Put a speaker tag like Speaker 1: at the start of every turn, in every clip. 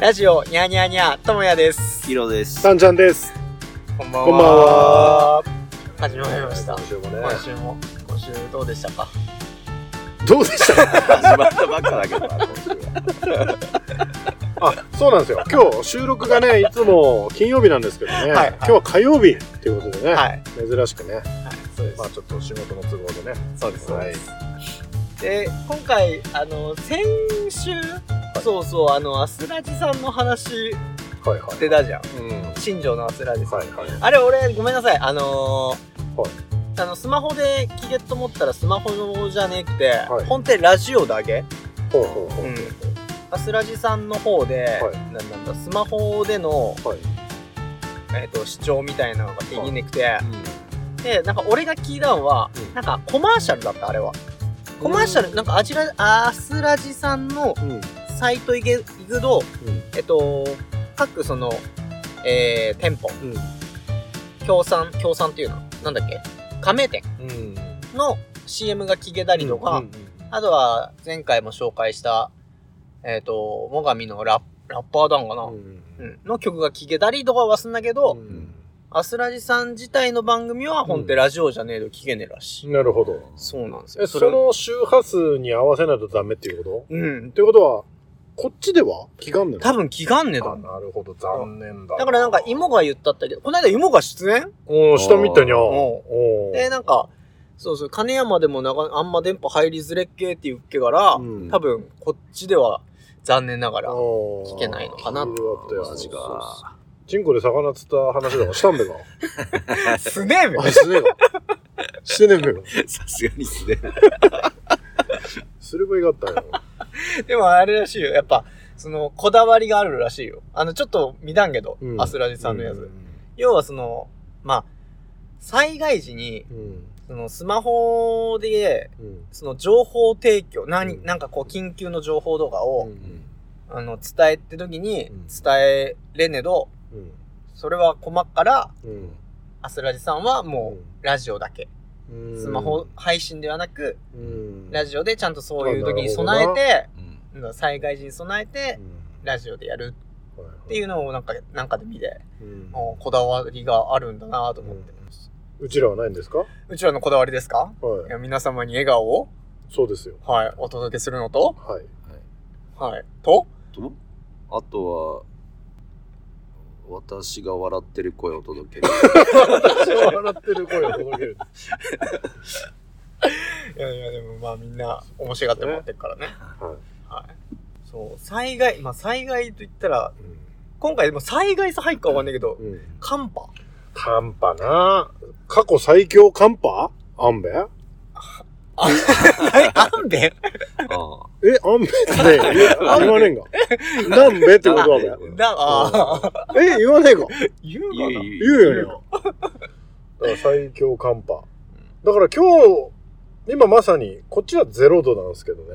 Speaker 1: ラジオ、にゃーにゃーにゃー、ともやです。
Speaker 2: ヒロです。
Speaker 3: さんちゃんです。
Speaker 1: こんばんは。
Speaker 3: こんばんは
Speaker 1: 始まりました。
Speaker 3: 今週もね
Speaker 1: 今週も、今週どうでしたか
Speaker 3: どうでした か
Speaker 2: 始まったばっかだけどな、今週は。
Speaker 3: あ、そうなんですよ。今日収録が ね、いつも金曜日なんですけどね、
Speaker 1: はい
Speaker 3: 今日は火曜日っていうことでね、
Speaker 1: はい。
Speaker 3: 珍しくね、
Speaker 1: はい、そうです
Speaker 3: まあ。ちょっと仕事の都合でね。
Speaker 1: そうです。
Speaker 3: はい
Speaker 1: で、今回、あの、先週、そうそう、あの、アスラジさんの話
Speaker 3: はいはい。
Speaker 1: 出たじゃん。
Speaker 3: うん。はい
Speaker 1: 新庄のアスラジさん。
Speaker 3: はい。
Speaker 1: あれ、俺、ごめんなさい。あのー
Speaker 3: はい
Speaker 1: あの、スマホで聞けと思ったらスマホじゃねくて、
Speaker 3: はい
Speaker 1: 本店ラジオだけ、
Speaker 3: ほうほうほう。
Speaker 1: アスラジさんの方で、
Speaker 3: はい
Speaker 1: ななんだ、スマホでの、
Speaker 3: はい。
Speaker 1: えっ、と、視聴みたいなのができねくて、
Speaker 3: うん
Speaker 1: で、なんか俺が聞いたのは、
Speaker 3: うん
Speaker 1: なんかコマーシャルだった、あれは。コマーシャル、なんかアジラ、アスラジさんの
Speaker 3: うん。
Speaker 1: サイト行け行くと、えっと、各その、えー、店舗、
Speaker 3: うん。
Speaker 1: 協賛、協賛っていうのなんだっけ加盟店
Speaker 3: うん。うん。
Speaker 1: の CM が聞けたりとか、
Speaker 3: うん
Speaker 1: あとは前回も紹介した、えっ、と、最上のララッパー団かな、
Speaker 3: う
Speaker 1: うんん
Speaker 3: うん
Speaker 1: の曲が聴けたりとかはすんだけど、
Speaker 3: うん
Speaker 1: アスラジさん自体の番組は本ってラジオじゃねえと聞けねえらしい、
Speaker 3: なるほど。
Speaker 1: そうなんですよ。
Speaker 3: え、その周波数に合わせないとダメっていうこと
Speaker 1: うん。
Speaker 3: ということは、こっちでは気がんねんの
Speaker 1: 多分聞かんねえだ
Speaker 3: あなるほど、残念だ。
Speaker 1: だからなんか、芋が言ったったけど、この間芋が出演
Speaker 3: おー、下見たにゃ。
Speaker 1: お
Speaker 3: おー
Speaker 1: で、なんか、そうそう、金山でもなかあんま電波入りづれっけって言うっけから、
Speaker 3: うん
Speaker 1: 多分こっちでは残念ながら聞
Speaker 3: 聞
Speaker 1: けないのかな
Speaker 3: って
Speaker 1: 味が。
Speaker 3: チンコで魚釣った話だからしたんべ か。
Speaker 1: すねえべ
Speaker 3: あ、してねえか。してねえべよ。
Speaker 2: さすがにすね。
Speaker 3: すればよかったよ。
Speaker 1: でもあれらしいよ。やっぱ、その、こだわりがあるらしいよ。あの、ちょっと見たんけど、
Speaker 3: うん
Speaker 1: アスラジさんのやつ。
Speaker 3: うん
Speaker 1: 要はその、まあ、災害時に、
Speaker 3: うん。
Speaker 1: そのスマホで、
Speaker 3: うん。
Speaker 1: その情報提供、何、
Speaker 3: うん
Speaker 1: なんかこう緊急の情報とか
Speaker 3: う
Speaker 1: を、
Speaker 3: ん。
Speaker 1: あの、伝えって時に
Speaker 3: うん、
Speaker 1: 伝えれねど、
Speaker 3: うん。
Speaker 1: それは困っから、
Speaker 3: うん。
Speaker 1: アスラジさんはもう、ラジオだけ。
Speaker 3: うん
Speaker 1: スマホ、配信ではなく、
Speaker 3: うん。
Speaker 1: ラジオでちゃんとそういう時に
Speaker 3: あな
Speaker 1: 備
Speaker 3: る
Speaker 1: え
Speaker 3: ほど
Speaker 1: て、
Speaker 2: うん。
Speaker 1: うん災害時に備えて、ラジオでやる
Speaker 3: オ
Speaker 1: っていうのをなんか、なんかで見て、
Speaker 3: うん。
Speaker 1: もうこだわりがあるんだなと思って。
Speaker 3: うちらはないんですかは
Speaker 1: うちらのこだわりですかい
Speaker 3: い。
Speaker 1: や皆様に笑顔を、
Speaker 3: そうですよ。
Speaker 1: はい、お届けするのと、
Speaker 3: はい。
Speaker 1: はい、と、
Speaker 2: と、あとは、私が笑ってる声を届ける。
Speaker 3: 笑ってる声を届ける。
Speaker 1: いやいや、でもまあみんな面白がってもらってるからね。
Speaker 3: は
Speaker 1: はい。そう、災害、まあ災害と言ったら、今回でも災害さ入るかわかんないけど
Speaker 3: い。、うん。
Speaker 1: 寒波
Speaker 3: 寒波な過去最強寒波アンベ
Speaker 1: あ、え なんで
Speaker 2: ああ。
Speaker 3: え、アンベって言わ言わねえんか。なんべってことはべ。
Speaker 1: だ、ああ、
Speaker 3: え、言わねえか。
Speaker 1: 言う
Speaker 2: 言
Speaker 1: かな
Speaker 2: う言う
Speaker 3: 言うよね。だから最強寒波。だから今日、今まさに、こっちはゼロ度なんですけどね。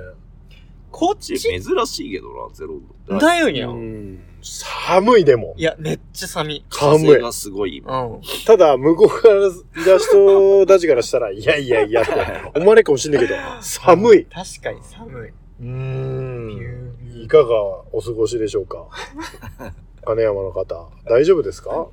Speaker 1: こっ
Speaker 2: ち
Speaker 1: ち
Speaker 2: 珍しいけどな、ゼロ度。
Speaker 1: だよにゃ。
Speaker 3: うん寒いでも
Speaker 1: い。や、めっちゃ寒い。
Speaker 3: 寒
Speaker 2: 風
Speaker 3: い。
Speaker 2: がすごい。
Speaker 1: うん。うん。
Speaker 3: ただ、向こうからいた人たちからしたら、いやいやいやって思われるかもしんないけど、寒い。
Speaker 1: 確かに寒い。
Speaker 3: うー
Speaker 1: ビュ
Speaker 3: ん。
Speaker 1: ービュー
Speaker 3: いかがお過ごしでしょ うか金山の方、大丈夫ですか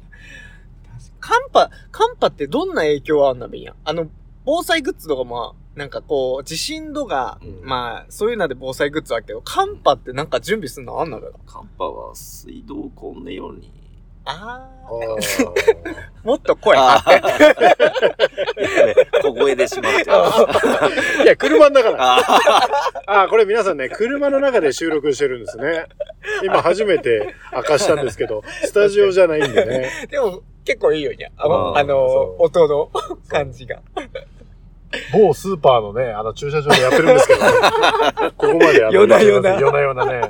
Speaker 1: 寒波、寒波ってどんな影響あんなべんやあの、防災グッズとかも、なんかこう、地震とか、
Speaker 2: うん
Speaker 1: まあ、そういうので防災グッズあるけど、寒波ってなんか準備するのあんなべか
Speaker 2: 寒波は水道をこんねように。
Speaker 1: あ
Speaker 3: あ
Speaker 1: ー、
Speaker 3: ー
Speaker 1: もっと声張って。
Speaker 2: 小声でしまっちゃう。
Speaker 3: いや、車の中だ。
Speaker 2: あ
Speaker 3: あー、これ皆さんね、車の中で収録してるんですね。今初めて明かしたんですけど、スタジオじゃないんでね。
Speaker 1: でも、結構いいよにゃ。あ
Speaker 2: あ
Speaker 1: の、
Speaker 2: ー
Speaker 1: あの
Speaker 3: そう
Speaker 1: 音の感じが。
Speaker 3: 某スーパーのね、あの駐車場でやってるんですけど、 ここまでや
Speaker 1: 夜な夜な
Speaker 3: 夜な夜なね。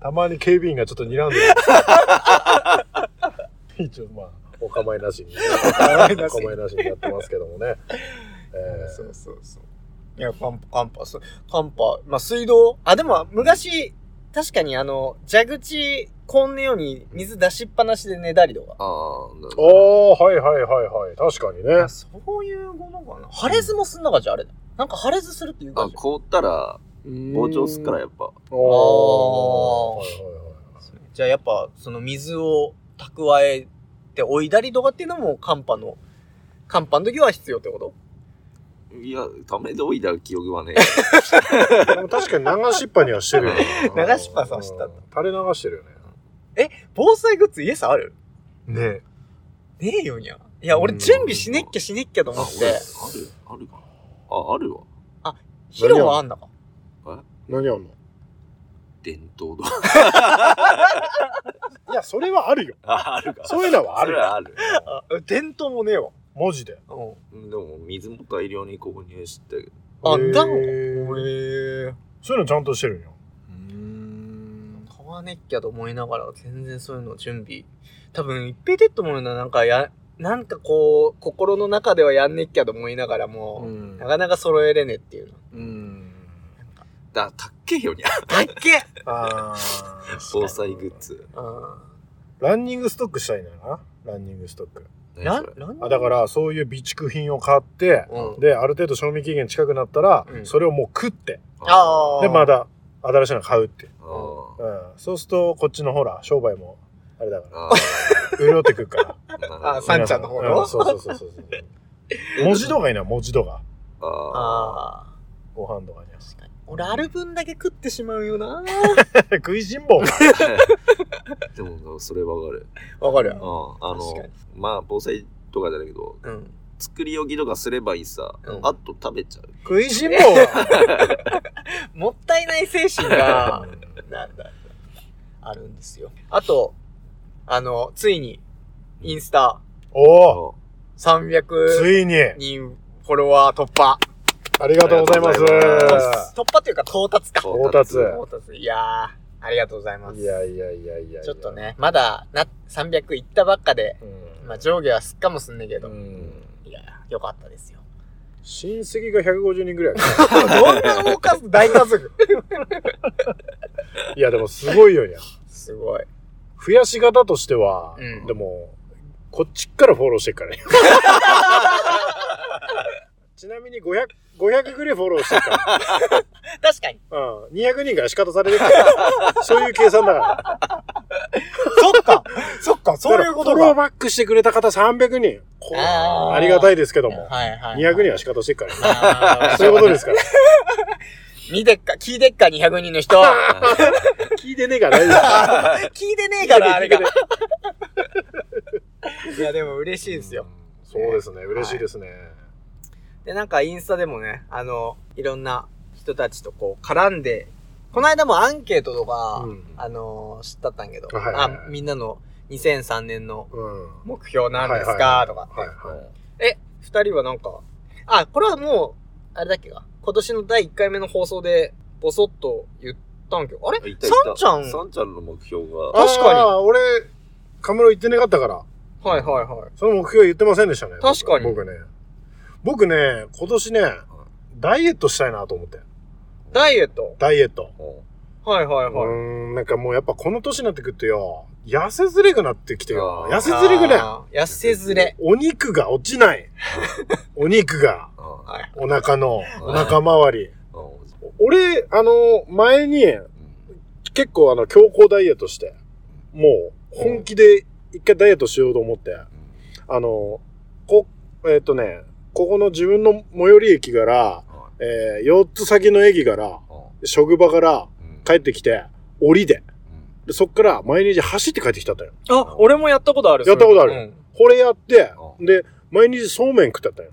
Speaker 3: たまに警備員がちょっと睨んでる。 一応まあ、お構いなしに、
Speaker 1: 構いなしに
Speaker 3: お構いなしにやってますけどもね。え
Speaker 1: そうそうそう。いや、寒波、寒波、そう寒波、まあ、水道。あ、でも、昔、確かにあの、蛇口、こんなように水出しっぱなしで寝たりとか。
Speaker 2: あ。
Speaker 3: ー、おー、はいはいはいはい。確かにね。
Speaker 1: あそういうものかな。破裂もすんなかじゃあれだ。なんか破裂するっていうか
Speaker 2: あ
Speaker 1: じゃん。
Speaker 2: 凍ったら、膨張すっから
Speaker 3: や
Speaker 2: やっぱ。
Speaker 3: おー。はいはいはい。
Speaker 1: めっじゃあやっぱその水を蓄えておいだりとかっていうのも寒波の、寒波の時は必要ってこと
Speaker 2: いや、ためでおいだ記憶はね。
Speaker 3: でも確かに流しっぱにはしてるよね
Speaker 1: 流しっぱさは知った
Speaker 3: うん垂れ流してるよね。
Speaker 1: 防災グッズイエスある
Speaker 3: ね
Speaker 1: ねえよにゃ。いや、俺
Speaker 3: うん
Speaker 1: 準備しねっきゃしねっきゃと思
Speaker 2: あ
Speaker 1: っ、
Speaker 2: 俺、あ
Speaker 1: て
Speaker 2: る、あるかな。あ、あるわ。
Speaker 1: 披露はあんだか。
Speaker 3: 何あんの
Speaker 2: 伝統とか。
Speaker 3: いや、それはあるよ。
Speaker 2: あ、あるか。
Speaker 3: そういうのはあ
Speaker 2: それ
Speaker 3: る。
Speaker 2: はある。
Speaker 1: あ、伝統もねえわ。
Speaker 3: 文字で。
Speaker 1: うん。
Speaker 2: うんでも、水も大量に購入して、
Speaker 1: あんだもん
Speaker 3: へー
Speaker 1: へえ。
Speaker 3: そういうのちゃんとしてるんよ。
Speaker 1: うん。買わねっきゃと思いながら、全然そういうの準備。多分、一平出っと思うのはなんかや、なんかこう、心の中ではやんねっきゃと思いながらも、
Speaker 3: ん
Speaker 1: なかなか揃えれねえっていうの。
Speaker 3: うん。
Speaker 2: だ、たっけえよにゃ。
Speaker 1: たっけ
Speaker 3: あ
Speaker 2: 防災グッ。ズ。
Speaker 1: う
Speaker 3: ランニングストックしたいんだよな。ランニングストック。
Speaker 1: ん。
Speaker 2: 何
Speaker 1: ラ
Speaker 2: そ
Speaker 1: ン
Speaker 2: れ、
Speaker 1: ラン、
Speaker 3: あだからら、そういう備蓄品を買って、
Speaker 1: うん。
Speaker 3: で、ある程度賞味期限近くなったら、
Speaker 1: うん
Speaker 3: それをもう食って、
Speaker 2: あ
Speaker 1: ああ。
Speaker 3: で、まだ新しいの買うって。
Speaker 2: ーあー。
Speaker 3: うん。そうすると、こっちのほら、商売も、あれだから、
Speaker 2: あ
Speaker 3: 潤ってく るから。
Speaker 2: あ。
Speaker 1: あサンちゃんの方の
Speaker 3: うそうそうそうそうそう。文字度がいいな、文字度が。
Speaker 2: ああ。
Speaker 1: ああ。
Speaker 3: ご飯とかに。
Speaker 1: 確かに。俺、ある分だけ食ってしまうよな。
Speaker 3: 食いしん 坊。
Speaker 2: でも、それわかる。
Speaker 1: わかる
Speaker 2: うん。
Speaker 1: よ。
Speaker 2: あの
Speaker 1: 確かに、
Speaker 2: まあ、防災とかじゃないけど、
Speaker 1: うん。
Speaker 2: 作り置きとかすればいいさ
Speaker 1: うん。
Speaker 2: あと食べちゃう。
Speaker 3: 食いしん坊が。
Speaker 1: もったいない精神 が、なんだ、あるんですよ。あと、あの、ついに、インスタ
Speaker 3: おお
Speaker 2: あ
Speaker 1: 300
Speaker 3: ついに、
Speaker 1: 人フォロワー突破。
Speaker 3: ありがとうございます。
Speaker 2: ありがとうございま
Speaker 1: 突破というか到達か。
Speaker 3: 到達。
Speaker 1: 到達。いやー、ありがとうございます。
Speaker 3: いやいやいやいや。
Speaker 1: ちょっと。ね、まだな、300いったばっかで、
Speaker 3: うん。
Speaker 1: まあ上下はすっかもすんねんけど、
Speaker 3: うん
Speaker 1: いやー、よかったですよ。
Speaker 3: 親戚が150人ぐらい。
Speaker 1: どんな大家族、大家族。
Speaker 3: いや、でもすごいよ、いや。
Speaker 1: すごい。
Speaker 3: 増やし方としては、
Speaker 1: うん
Speaker 3: でも、こっちからフォローして っからね。ちなみに500、500ぐらいフォローしてっか
Speaker 1: 確かに。
Speaker 3: ら。うん。200人から仕方され るから。そういう計算だから。
Speaker 1: そっか、 そっか、そういうこと
Speaker 3: だからフ
Speaker 1: か。
Speaker 3: ォローバックしてくれた方300人。こう
Speaker 1: あー
Speaker 3: ありがたいですけども。
Speaker 1: はいはいはい。
Speaker 3: 200人は仕方してっからね。
Speaker 1: あー
Speaker 3: そういうこと ですから。
Speaker 1: 見てっか、聞いてっか、200人の人。
Speaker 3: 聞いてねえから大丈
Speaker 1: 聞いてねえから、あれが
Speaker 3: 聞い。
Speaker 1: いや、でも嬉し
Speaker 3: 夫。
Speaker 1: いですよ。。
Speaker 3: そうですね。嬉しいですね。
Speaker 1: で、なんかインスタでもね、あの、いろんな人たちとこう、絡んで、この間もアンケートとか、
Speaker 3: うん
Speaker 1: あの、知ったったんけど、
Speaker 3: はいはいはい
Speaker 1: あ、みんなの2003年の
Speaker 3: うん。
Speaker 1: 目標なんですか、とかって。
Speaker 3: はいはい。
Speaker 1: え、二人はなんか、あ、これはもう、あれだっけか、今年の第1回目の放送で、ぼそっと言ったんけど、あれ
Speaker 2: いたい
Speaker 1: さん
Speaker 2: た
Speaker 1: ちゃん
Speaker 2: サンちゃんの目標が、
Speaker 1: あ確かに
Speaker 3: あー俺、カムロ言ってなかったから、
Speaker 1: はいはいはい。
Speaker 3: その目標言ってませんでしたね。
Speaker 1: 確かに
Speaker 3: 僕ね。僕ね、今年ね、ダイエットしたいなと思って。
Speaker 1: ダイエット
Speaker 3: ダイエット。
Speaker 1: はいはいうはい。
Speaker 3: ーん、なんかもうやっぱこの年になってくるとよ、痩せずれくなってきてよ。
Speaker 2: あー
Speaker 3: 痩せずれくね。
Speaker 1: あー痩せずれ。
Speaker 3: お肉が落 ちない。お肉が、
Speaker 2: あ
Speaker 1: はい。
Speaker 3: お腹の、お腹周り。
Speaker 2: あうん
Speaker 3: 俺、あの、前に、結構あの、強行ダイエットして、もう、本気で一回ダイエットしようと思って、あの、こ、えっ、とね、ここの自分の最寄り駅から、えー、4つ先の駅から、職場から帰ってきて、降りで、でそっから毎日走って帰ってきたんだよ。
Speaker 1: あ、俺もやったことある。
Speaker 3: やったことある
Speaker 1: うん
Speaker 3: これやって、
Speaker 2: うん
Speaker 3: で、毎日そうめん食ってたよ。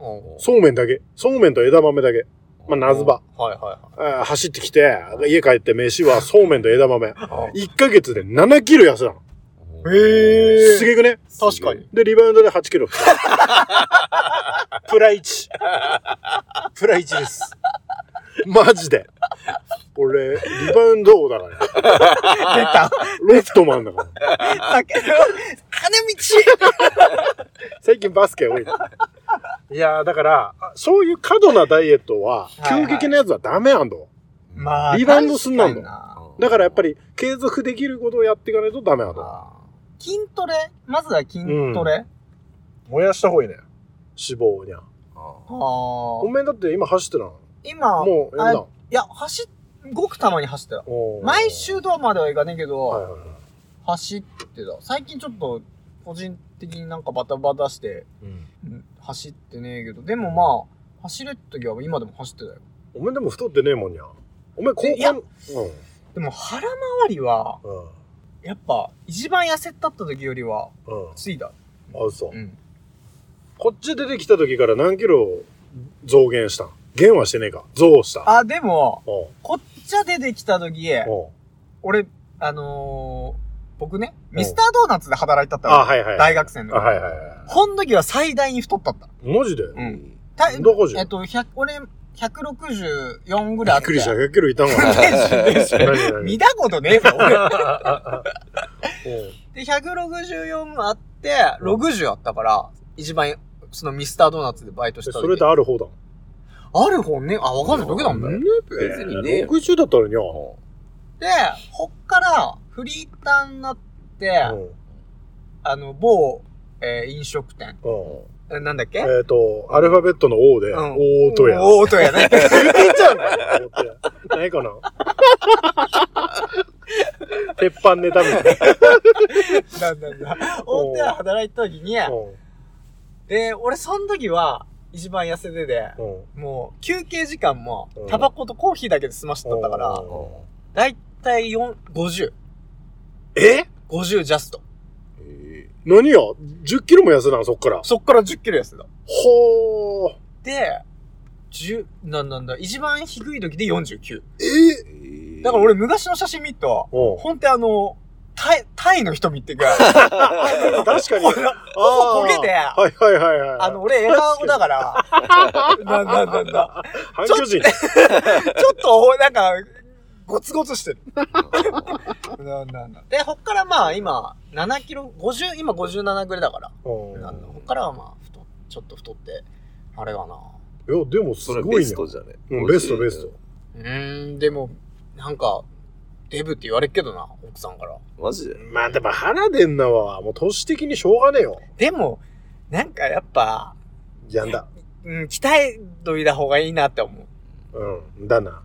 Speaker 1: うん。
Speaker 3: そうめんだけ。そうめんと枝豆だけ。まあ、なずば。
Speaker 1: はいは
Speaker 3: あー走ってきて、家帰って飯はそうめんと枝豆。
Speaker 1: いはい。
Speaker 3: 1ヶ月で7キロ痩せたの。
Speaker 1: へえー
Speaker 3: すげえくね
Speaker 1: 確かに。
Speaker 3: で、リバウンドで8キロ。プラ1。プラ1です。マジで。俺、リバウンド王だからね。
Speaker 1: 出た。
Speaker 3: ロフトマンだから。
Speaker 1: 酒 金
Speaker 3: 最近バスケ多い。いやー、だから、あそういう過度なダイエットは、
Speaker 1: はいはい
Speaker 3: 急激なやつはダメなんだわ。
Speaker 1: 道まあ。
Speaker 3: リバウンドすんなんだ
Speaker 1: 確か
Speaker 3: だからやっぱり、継続できることをやっていかないとダメなん
Speaker 1: に
Speaker 3: だわ。
Speaker 1: な筋トレまずは筋トレ
Speaker 3: 燃やした方がいいね。脂肪をにゃ。
Speaker 1: あ
Speaker 3: お
Speaker 1: ー
Speaker 3: めんだって今走ってな。も、
Speaker 1: 今、いう
Speaker 3: やんな
Speaker 1: あ。や、走っ、ごくたまに走ってたよ。
Speaker 3: おー
Speaker 1: 毎週とはまではいかねえけ
Speaker 3: はい
Speaker 1: ど、
Speaker 3: はいはい
Speaker 1: 走ってた。最近ちょっと、個人的になんかバタバタして、
Speaker 2: うん
Speaker 1: うん走ってねえけど、でもまあ、走れた時は今でも走ってたよ。
Speaker 3: お前でも太ってねえもんにゃ。お前高
Speaker 1: いや
Speaker 3: 校、
Speaker 1: でも腹回りは、
Speaker 3: うん。うん。
Speaker 1: やっぱ、一番痩せたった時よりは、
Speaker 3: うん。
Speaker 1: ついだ。
Speaker 3: あ、嘘。
Speaker 1: うん。
Speaker 3: こっち出てきた時から何キロ増減したん減はしてねえか。増した。
Speaker 1: あ、でも、
Speaker 3: うん。
Speaker 1: こっちゃ出てきた時、
Speaker 3: うん。
Speaker 1: 俺、あのー、僕ね、ミスタードーナツで働いたった
Speaker 3: あ、
Speaker 1: の。
Speaker 3: はいはい。
Speaker 1: 大学生の
Speaker 3: あ、
Speaker 1: 時。
Speaker 3: はいはいは
Speaker 1: ほん時は最大に太ったった。
Speaker 3: い。マジで
Speaker 1: う。
Speaker 2: うんん
Speaker 1: た
Speaker 3: どこじゃ
Speaker 1: えっと、100俺、164ぐらいあっ。
Speaker 3: びってくりした。100キロいたんかな。
Speaker 1: 練 習練習
Speaker 3: 何
Speaker 1: 見
Speaker 3: 何
Speaker 1: たことねえぞ、俺。
Speaker 3: うん
Speaker 1: で、164あって、60あったから、一番、そのミスタードーナツでバイトした
Speaker 3: それである方だもん。
Speaker 1: ある方ね、あ、わかんないだけなんだよ。
Speaker 3: ね
Speaker 2: 別にね
Speaker 3: 60だったのにゃ。
Speaker 2: うん
Speaker 1: で、ほっから、フリーターになって、
Speaker 3: うん。
Speaker 1: あの、某、えー飲食店。
Speaker 3: うん。
Speaker 1: えなんだっけ
Speaker 3: えっと、アルファベットの O で、
Speaker 1: うん
Speaker 3: 大戸屋。
Speaker 1: 大戸屋 ね。
Speaker 3: いいじゃんないかな鉄板ネタみたいな。
Speaker 1: なんだなんだ。大戸屋働いた時に、
Speaker 3: う
Speaker 1: で、俺その時は、一番痩せてで、
Speaker 3: んうん
Speaker 1: もう、休憩時間も
Speaker 3: う、ん
Speaker 1: タバコとコーヒーだけで済ましとったから、
Speaker 3: うん
Speaker 1: だいたい4、50。
Speaker 3: え
Speaker 1: 50ジャスト。
Speaker 2: え
Speaker 3: 何よ ?10 キロも痩せたのそっから。
Speaker 1: そっから10キロ痩せた。
Speaker 3: ほー。
Speaker 1: で、10、なんなんだ、一番低い時で49。
Speaker 3: え
Speaker 2: ー
Speaker 1: だから俺、昔の写真見ると、
Speaker 3: う
Speaker 1: ほんとあの、タイ、タイの人見てくら い、
Speaker 3: ん。確かに。
Speaker 1: 頬
Speaker 3: あ
Speaker 1: 焦
Speaker 3: ー
Speaker 1: げて、
Speaker 3: はいはいはいはい。
Speaker 1: あの、、俺、エラーだから、なんだなんだ、
Speaker 3: 反響人。
Speaker 1: ちょっと、なんか、ゴツゴツしてる。なんだなんだ。で、ほっからまあ、今、7キロ、50、今57ぐらいだから、
Speaker 3: うん
Speaker 1: なんだ、ほっからはまあ、太っちょっと太って、あれかな。
Speaker 3: いや、でもす
Speaker 2: それ
Speaker 3: ご
Speaker 2: ベ
Speaker 3: い
Speaker 2: ス
Speaker 3: ね。
Speaker 2: トじゃね
Speaker 3: うん、ベストベスト。
Speaker 1: うーん、でも、なんか、デブって言われるけどな、奥さんから。
Speaker 2: マジで
Speaker 3: まあでも腹出んなは、もう年的にしょうがねえよ。
Speaker 1: でも、なんかやっぱ、
Speaker 3: やんだ。
Speaker 1: うん、鍛えといた方がいいなって思う。
Speaker 3: うん。だな。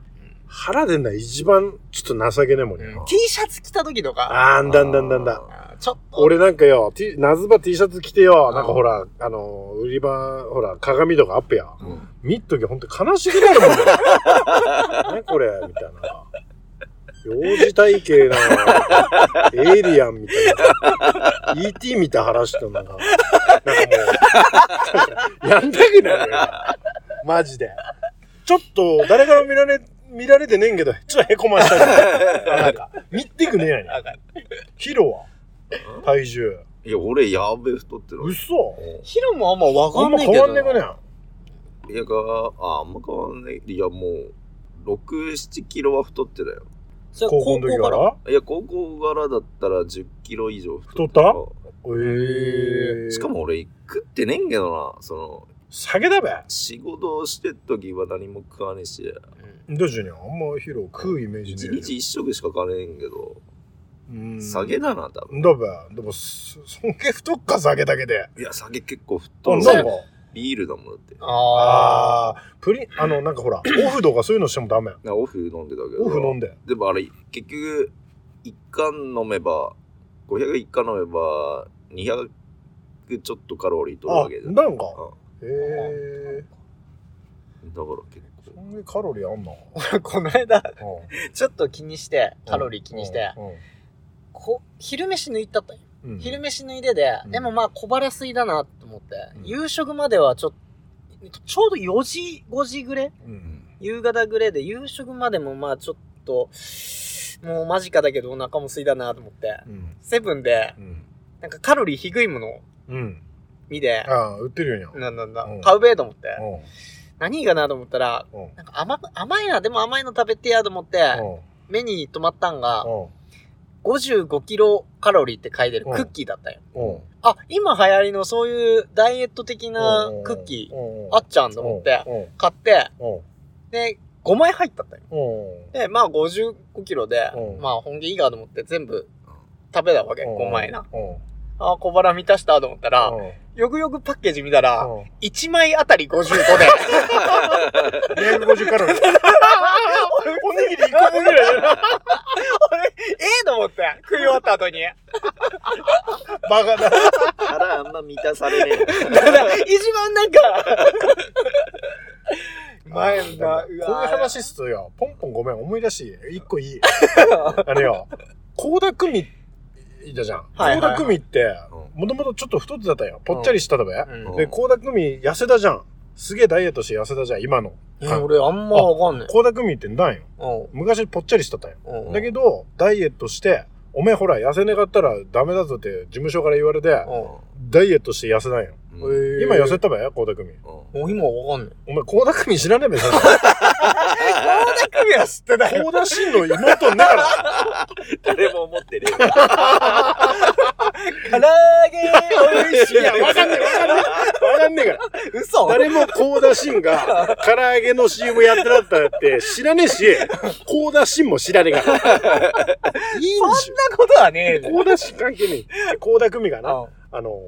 Speaker 3: 腹出んな一番ちょっと情けねえもんね。
Speaker 1: うん T シャツ着た時とか、
Speaker 3: あーんだんだんだんだ。
Speaker 1: あーちょっと、
Speaker 3: 俺なんかよ、T、夏場 T シャツ着てよ、
Speaker 1: ん
Speaker 3: なんかほら、あのー、売り場、ほら、鏡とかアップや。
Speaker 1: うん
Speaker 3: 見っときほんと悲しくなるもん ね。ね、これ、みたいな。幼児体型な、エイリアンみたいな。ET 見た話となんか、なんかもう、やんだけなのよ。マジで。ちょっと、誰からも見られ、見られてねえんけど、ちょっとへこま したけど。なんか、見てくねえやね
Speaker 1: わかる
Speaker 3: ヒロは体重。
Speaker 2: いや俺やべえ太ってる
Speaker 3: 嘘
Speaker 1: ヒロもあんまわ
Speaker 3: あ
Speaker 1: か
Speaker 3: ん
Speaker 1: ん
Speaker 3: ま
Speaker 1: ないけ
Speaker 3: 変わ
Speaker 1: ど
Speaker 3: んねえかね
Speaker 1: な。
Speaker 3: ん。
Speaker 2: いやかああんま変わんないいやもう67キロは太ってたよ
Speaker 1: それ
Speaker 3: 高校の時から
Speaker 2: いや高校柄だったら1 0キロ以上太
Speaker 3: 太ええ。
Speaker 2: しか。も俺食ってねえんけどなその
Speaker 3: 酒だべ。
Speaker 2: 仕事をしてっ時は何も食わねえし
Speaker 3: どうしようにゃあんまヒロ食うイメージ
Speaker 2: 一
Speaker 3: ねえよ。
Speaker 2: 日一食しか食わねえんけど
Speaker 3: うん
Speaker 2: 酒だな多分
Speaker 3: だべ。でも、そそんげ太っか酒だけで。
Speaker 2: いや酒結構
Speaker 3: あ、
Speaker 2: 太
Speaker 3: な
Speaker 2: る
Speaker 3: んか。
Speaker 2: ビールだもんだって
Speaker 1: あ
Speaker 3: あー、プリン、あの、なんかほら、オフとかそういうのしてもダメ。
Speaker 2: なオフ飲んでたけど
Speaker 3: オフ飲んで。
Speaker 2: でもあれ結局一缶飲めば501缶飲めば200ちょっとカロリー取る
Speaker 3: あ
Speaker 2: わけ、じゃんだか
Speaker 3: なんか。へえ。
Speaker 2: ら結
Speaker 3: そんげカロリーあんな。
Speaker 1: あ。この間、
Speaker 3: うん
Speaker 1: ちょっと気にして、カロリー気にして、。こ昼飯抜いたったんよ
Speaker 3: うんうん
Speaker 1: 昼飯抜いてで
Speaker 3: う、ん
Speaker 1: でもまあ小腹すいだなと思って、
Speaker 3: うん
Speaker 1: 夕食まではちょっと、ちょうど4時、5時ぐらい
Speaker 3: うん
Speaker 1: 夕方ぐらいで夕食までもまあちょっと、もう間近だけどお腹も空いたなと思って、
Speaker 3: うん。
Speaker 1: セブンで、
Speaker 3: うん。
Speaker 1: なんかカロリー低いものを
Speaker 3: うん。
Speaker 1: 見て
Speaker 3: あ、あ、売ってるよにゃ。
Speaker 1: なんなんだ
Speaker 3: うん、
Speaker 1: 買うべえと思って、
Speaker 3: うん。
Speaker 1: 何いいかなと思ったら、
Speaker 3: うん。
Speaker 1: なんか甘く、甘いな、でも甘いの食べてやと思って、目に留まったんが、
Speaker 3: う
Speaker 1: 55キロカロリーって書いてる
Speaker 3: うん
Speaker 1: クッキーだったよ。
Speaker 3: ん。うん。
Speaker 1: あ、今流行りのそういうダイエット的なクッキー、あっちゃんと思って、買って、で、5枚入ったったよ。で、まあ55キロで、
Speaker 3: うん
Speaker 1: まあ本気いいかと思って全部食べたわけ、5枚な。
Speaker 3: うん
Speaker 1: あー小腹満たしたと思ったら、よくよくパッケージ見たら、1枚あたり55で。
Speaker 3: 250カロリーおにぎり1個分ぐらいだな
Speaker 1: 俺、ええと思って。食い終わった後に。
Speaker 3: バカだ。
Speaker 2: 腹あんま満たされねえ
Speaker 1: だから、一番なんか、前だ、
Speaker 3: こう
Speaker 1: う
Speaker 3: いう
Speaker 1: わ
Speaker 3: 話すとよ、ポンポンごめん、思い出していい、一 個いい。あれよ、倖田來未、いたじゃん。
Speaker 1: はいはい
Speaker 3: 倖田來未って
Speaker 2: うん、
Speaker 3: もともとちょっと太ってたよ。ぽっちゃりしただべ。
Speaker 1: うん
Speaker 2: うん
Speaker 3: で、倖田來未、痩せたじゃん。すげえダイエットして痩せたじゃん、今の。
Speaker 1: え俺あんまわかんね
Speaker 3: 倖田來未ってなんよ。
Speaker 1: え。
Speaker 3: 昔ぽっちゃりしたたんよ。
Speaker 1: うん。うん。
Speaker 3: だけど、ダイエットして、おめえほら、痩せなかったらダメだぞって事務所から言われて、ダイエットして痩せないよ。
Speaker 2: うんうん
Speaker 1: えー
Speaker 3: 今痩せたべ、倖田來未。
Speaker 2: うん
Speaker 1: もう今わかんね
Speaker 3: お前、倖田來未知らねえべ、さ
Speaker 1: え。高田組は知ってない。
Speaker 3: 倖田真の妹になから。
Speaker 2: 誰も思ってね
Speaker 1: 唐揚げ美味しいやん。わかんね
Speaker 3: わかんねえから。
Speaker 1: え。嘘
Speaker 3: 誰も高田真が唐揚げの CM やってなかったって知らねえし、高田真も知らねえから。いいんで
Speaker 1: そ
Speaker 3: し
Speaker 1: んなことはねえ
Speaker 3: ょ。
Speaker 1: ね。
Speaker 3: 高田真関係ねえ。高田組がな、
Speaker 1: うん
Speaker 3: あの、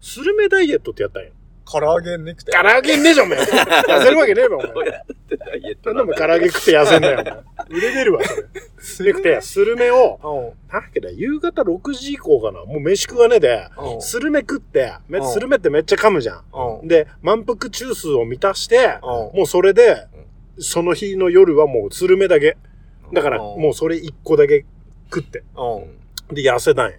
Speaker 3: スルメダイエットってやったんよ。
Speaker 1: 唐揚げねくて。
Speaker 3: 唐揚げねえじゃん、お前。痩せるわけねえば、お前。
Speaker 2: えダイエット
Speaker 3: なんで
Speaker 2: な
Speaker 3: お前唐揚げ食って痩せんだよ、 お前。売れてるわ、それ。
Speaker 1: す
Speaker 3: でくて、スルメを、
Speaker 1: うん。
Speaker 3: なんだっけな、夕方6時以降かな、もう飯食わねえで、
Speaker 1: うん。
Speaker 3: スルメ食って、め
Speaker 1: うん
Speaker 3: スルメってめっちゃ噛むじゃん。
Speaker 1: うん。うん。
Speaker 3: で、満腹中枢を満たして、
Speaker 1: うん
Speaker 3: もうそれで、その日の夜はもうスルメだけ。だから、
Speaker 1: うん
Speaker 3: もうそれ一個だけ食って。
Speaker 1: うん。
Speaker 3: で、痩せたんよ。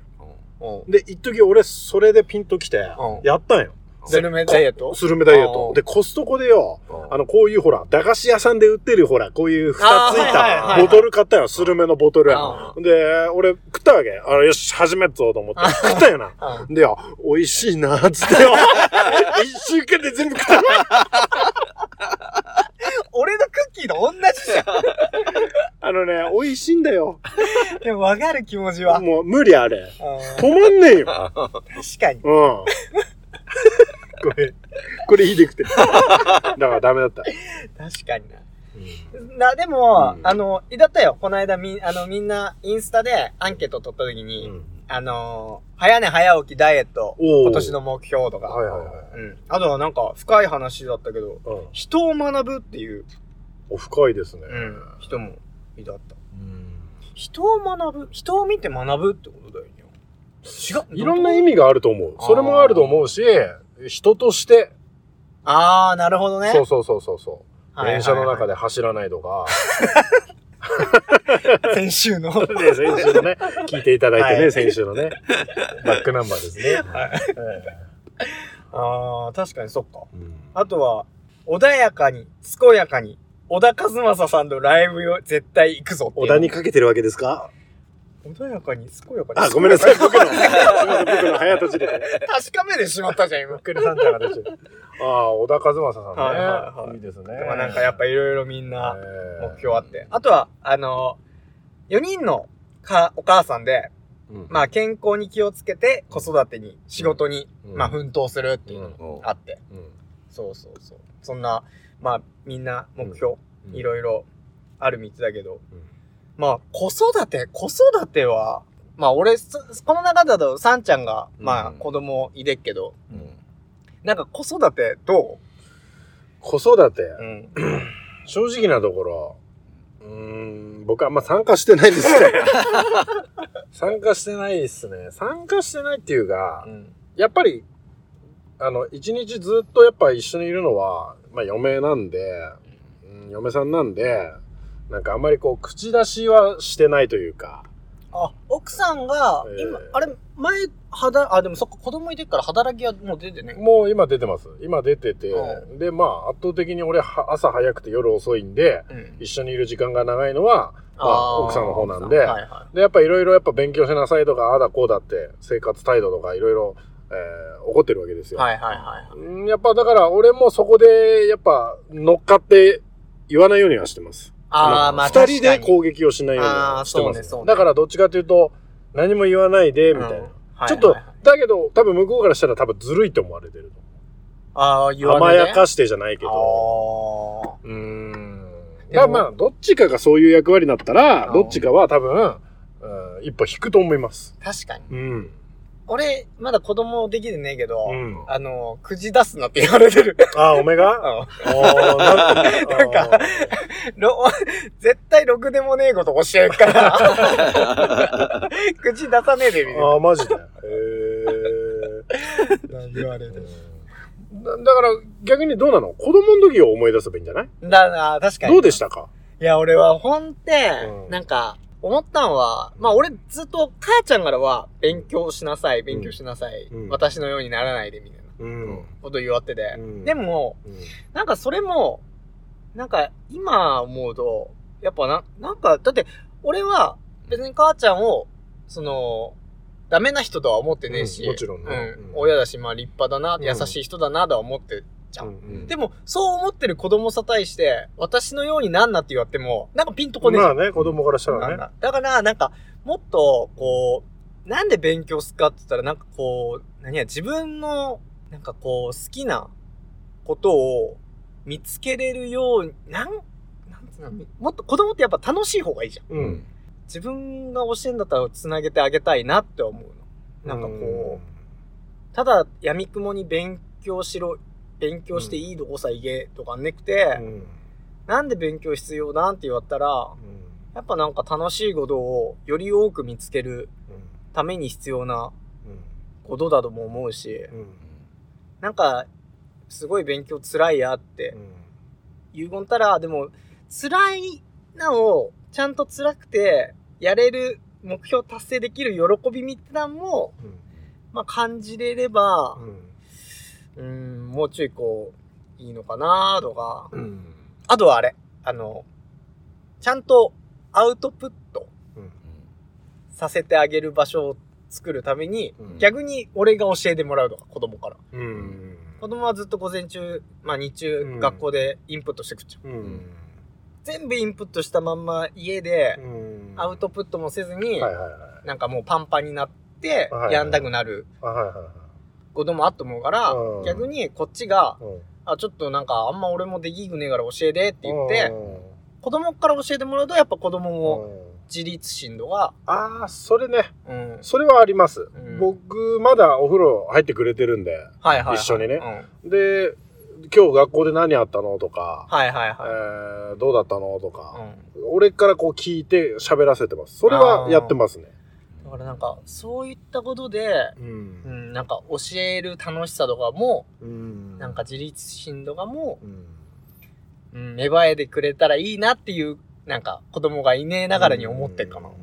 Speaker 1: うん。
Speaker 3: で、一時俺、それでピンときて
Speaker 1: う、ん
Speaker 3: やったんよ。
Speaker 1: スルメダイエット
Speaker 3: スルメダイエッ
Speaker 1: う
Speaker 3: ト
Speaker 1: ん。
Speaker 3: で、コストコでよ、あ
Speaker 2: の
Speaker 3: の、こういうほら、駄菓子屋さんで売ってるほら、こういう蓋
Speaker 1: あ
Speaker 3: つ
Speaker 1: ー
Speaker 3: い
Speaker 1: はいはい
Speaker 3: た
Speaker 1: はい
Speaker 3: ボトル買ったよ、スルメのボトル。
Speaker 1: う
Speaker 3: で、俺、食ったわけ。あよし、始めっぞと思って。食ったよな。
Speaker 1: うん。
Speaker 3: でよ、美味しいな、つっ てよ。一週間で全部食った。
Speaker 1: 俺のクッキーと同じじゃ
Speaker 3: あのね、美味しいんだよ。
Speaker 1: ん。でもわかる気持ちは。うん
Speaker 3: もう無理あれ。止まんねえよ。
Speaker 1: 確かに。
Speaker 3: うん。これ、これいいでくて。だからダメだった。
Speaker 1: 確かにな。な、でも、
Speaker 2: うん
Speaker 1: あの、いだったよ。この間みん、あの、みんな、インスタでアンケート取った時に、あのー、早寝早起きダイエット、
Speaker 3: おー
Speaker 1: 今年の目標とか、
Speaker 3: はいはいはい。
Speaker 1: うん。あとはなんか、深い話だったけど、
Speaker 3: うん、
Speaker 1: 人を学ぶっていう、
Speaker 3: お深いですね。
Speaker 1: うん、人も、いだった。人を学ぶ人を見て学ぶってことだよね。違う
Speaker 3: いろんな意味があると思う。
Speaker 1: あー
Speaker 3: それもあると思うし、人として、
Speaker 1: あー、なるほどね。
Speaker 3: そうそうそうそうそう。
Speaker 1: はいはいはい
Speaker 3: 電車の中で走らないとか、
Speaker 1: 先週の。
Speaker 3: ね先週のね、聞いていただいてね、
Speaker 1: はい
Speaker 3: 先週のね、バックナンバーですね。
Speaker 1: あー、確かにそっか。
Speaker 2: あ
Speaker 1: あとは、穏やかに、健やかに、小田和正さんのライブよ、絶対行くぞっていう
Speaker 3: 小田にかけてるわけですか
Speaker 1: 穏やかに、健やかに。
Speaker 3: あ、ごめんなさい、僕の、すいません、僕の早とちで。
Speaker 1: 確かめてしまったじゃん、 今。
Speaker 3: くりさんって形でああ、小田和正さんね。
Speaker 1: はいいはいはい
Speaker 3: いですね。
Speaker 1: でもなんかやっぱいろいろみんな
Speaker 3: えー
Speaker 1: 目標あって。あとは、あの、4人のかお母さんで、まあ健康に気をつけて子育てに、仕事に、
Speaker 3: うん
Speaker 1: まあ奮闘するっていうのが
Speaker 2: の
Speaker 1: あって。そうそうそう。そんな、まあみんな目標、い
Speaker 3: い
Speaker 1: ろいろあるみつだけど、
Speaker 3: うん
Speaker 1: まあ子育て、子育ては、まあ俺、すこの中だとサンちゃんが、まあ
Speaker 2: うん
Speaker 1: 子供いでっけど、なんか子育てど
Speaker 3: 子育て、
Speaker 1: ううん。
Speaker 3: 正直なところ、うーん、僕はあんま参加してないです ね。参加してないですね。参加してないっていうか
Speaker 1: う、ん。
Speaker 3: やっぱり、あの、一日ずっとやっぱ一緒にいるのは、まあ嫁なんで、うん嫁さんなんで、なんかあんまりこう、口出しはしてないというか、
Speaker 1: あ、奥さんが、今、
Speaker 3: えー
Speaker 1: あれ、前、はだ、あ、でもそっか、子供いてっから働きはもう出てね。
Speaker 3: もう今出てます。今出てて、
Speaker 1: う
Speaker 3: で、まあ、圧倒的に俺は、朝早くて夜遅いんで、
Speaker 1: うん
Speaker 3: 一緒にいる時間が長いのは、まあ、
Speaker 1: ー
Speaker 3: 奥さんの方なんで、
Speaker 1: はいは
Speaker 3: で、やっぱいろいろやっぱ勉強しなさいとか、ああだこうだって、生活態度とかいろいろ、えー怒ってるわけです
Speaker 1: い。
Speaker 3: よ。
Speaker 1: はいはいはい。
Speaker 3: うんやっぱだから、俺もそこで、やっぱ、乗っかって言わないようにはしてます。
Speaker 1: あ
Speaker 3: あ
Speaker 1: あ、
Speaker 3: の
Speaker 1: まあ、
Speaker 3: 二人で
Speaker 1: 確かに
Speaker 3: 攻撃をしないようにはしてます。
Speaker 1: あーそうねそうね
Speaker 3: だから、どっちかというと、何も言わないで、みたいな。
Speaker 1: うんはいはいはい
Speaker 3: ちょっと、だけど、多分向こうからしたら多分ずるいと思われてると思う。
Speaker 1: ああ、言わ
Speaker 3: 甘
Speaker 1: ない、ね。
Speaker 3: やかしてじゃないけ
Speaker 1: あ
Speaker 3: ど。
Speaker 1: ー
Speaker 3: うーん。
Speaker 1: で
Speaker 3: ま
Speaker 1: も
Speaker 3: あまあ、どっちかがそういう役割になったら、
Speaker 1: うん
Speaker 3: どっちかは多分、うん一歩引くと思います。
Speaker 1: 確かに。
Speaker 3: うん。
Speaker 1: 俺、まだ子供できてねえけど、
Speaker 3: うん
Speaker 1: あの、くじ出すなって言われてる。
Speaker 3: あー、おめが
Speaker 1: あの
Speaker 3: おーなん
Speaker 1: なんか
Speaker 3: あー
Speaker 1: ろ絶対ろくでもねえこと教えるから。口出さねえで、みたいな。
Speaker 3: ああ、マジで。へえ。
Speaker 1: 言われて。
Speaker 3: だだから、逆にどうなの子供の時を思い出せばいいんじゃない
Speaker 1: だな、確かに。
Speaker 3: どうでしたか
Speaker 1: いや、俺は本って、
Speaker 3: うん
Speaker 1: なんか、思ったんは、まあ俺ずっと母ちゃんからは、勉強しなさい、勉強しなさい、
Speaker 3: うん
Speaker 1: 私のようにならないで、みたいな
Speaker 3: うん。
Speaker 1: こと言われてて。
Speaker 3: うん
Speaker 1: でも、なんかそれも、なんか今思うと、やっぱな、なんか、だって、俺は別に母ちゃんを、その、ダメな人とは思ってねえし、
Speaker 3: うんもちろんね
Speaker 1: うん
Speaker 3: うん
Speaker 1: 親だし、まあ立派だな、
Speaker 3: ん
Speaker 1: 優しい人だな、とは思ってちゃう。
Speaker 2: うん
Speaker 1: でも、そう思ってる子供さ対して、私のようになんなって言われても、なんかピンとこねえじ
Speaker 3: ま
Speaker 1: ゃ
Speaker 3: あ
Speaker 1: ん
Speaker 3: ね、子供からした
Speaker 1: な
Speaker 3: ら
Speaker 1: ん
Speaker 3: ね。
Speaker 1: かだから、なんか、もっと、こう、なんで勉強すっかって言ったら、なんかこう、何や、自分の、なんかこう、好きなことを見つけれるように、なん、なんつうの、もっと子供ってやっぱ楽しい方がいいじゃん。
Speaker 3: う。
Speaker 1: 自分が教えんだったら繋げてあげたいなって思うの。なんかこただ、闇雲に勉強しろ、勉強していいとこさ行けとかねくて、
Speaker 3: うん。うん
Speaker 1: なんで勉強必要なんて言われたら、やっぱなんか楽しいことをより多く見つけるために必要なことだとも思うし、
Speaker 3: うん。
Speaker 1: なんか、すごい勉強辛いやって
Speaker 3: うん。
Speaker 1: 言うごんたら、でも、辛いなを、ちゃんと辛くて、やれる、目標達成できる喜びみたいなのも、まあ感じれれば、うん、もうちょいこう、いいのかなとか、
Speaker 3: うん。うん。
Speaker 1: あとはあれ、あの、ちゃんとアウトプットさせてあげる場所を作るために、
Speaker 3: うん
Speaker 1: 逆に俺が教えてもらうとか、子供から。
Speaker 3: うん。
Speaker 1: 子供はずっと午前中、まあ日中、
Speaker 3: うん
Speaker 1: 学校でインプットしてくっちゃう。
Speaker 3: うん。
Speaker 1: 全部インプットしたまんま家で、
Speaker 3: うん
Speaker 1: アウトプットもせずに、
Speaker 3: はいはいはい。
Speaker 1: なんかもうパンパンになって
Speaker 3: はいは、い
Speaker 1: やんだくなる
Speaker 3: あはいはいはい。
Speaker 1: こともあっと思うから、
Speaker 3: うん
Speaker 1: 逆にこっちが、
Speaker 3: うん。って
Speaker 1: あ、ちょっとなんかあんま俺もできんくねえから教えてって言って、子供から教えてもらうと、やっぱ子供も自立心度が、
Speaker 3: ああ、それね。
Speaker 1: うん。はい
Speaker 3: それはあります。
Speaker 1: うん
Speaker 3: 僕、まだお風呂入ってくれてるんで。
Speaker 1: はいはい。
Speaker 3: 一緒にね
Speaker 1: うん
Speaker 3: で、今日学校で何あったのとか、
Speaker 1: はいはい
Speaker 3: え
Speaker 1: は
Speaker 3: ーどうだったの
Speaker 1: い。
Speaker 3: と
Speaker 1: う
Speaker 3: か、
Speaker 1: ん。
Speaker 3: 俺からこう聞いて喋らせてます。それはやってますね。
Speaker 1: だからなんか、そういったことで、
Speaker 3: う。
Speaker 1: うんん、なんか教える楽しさとかも、
Speaker 3: うん
Speaker 1: なんか、自立心とかも、
Speaker 3: うん。
Speaker 1: うん、芽生えてくれたらいいなっていう、なんか子供がいねえながらに思ってるかな。
Speaker 3: うん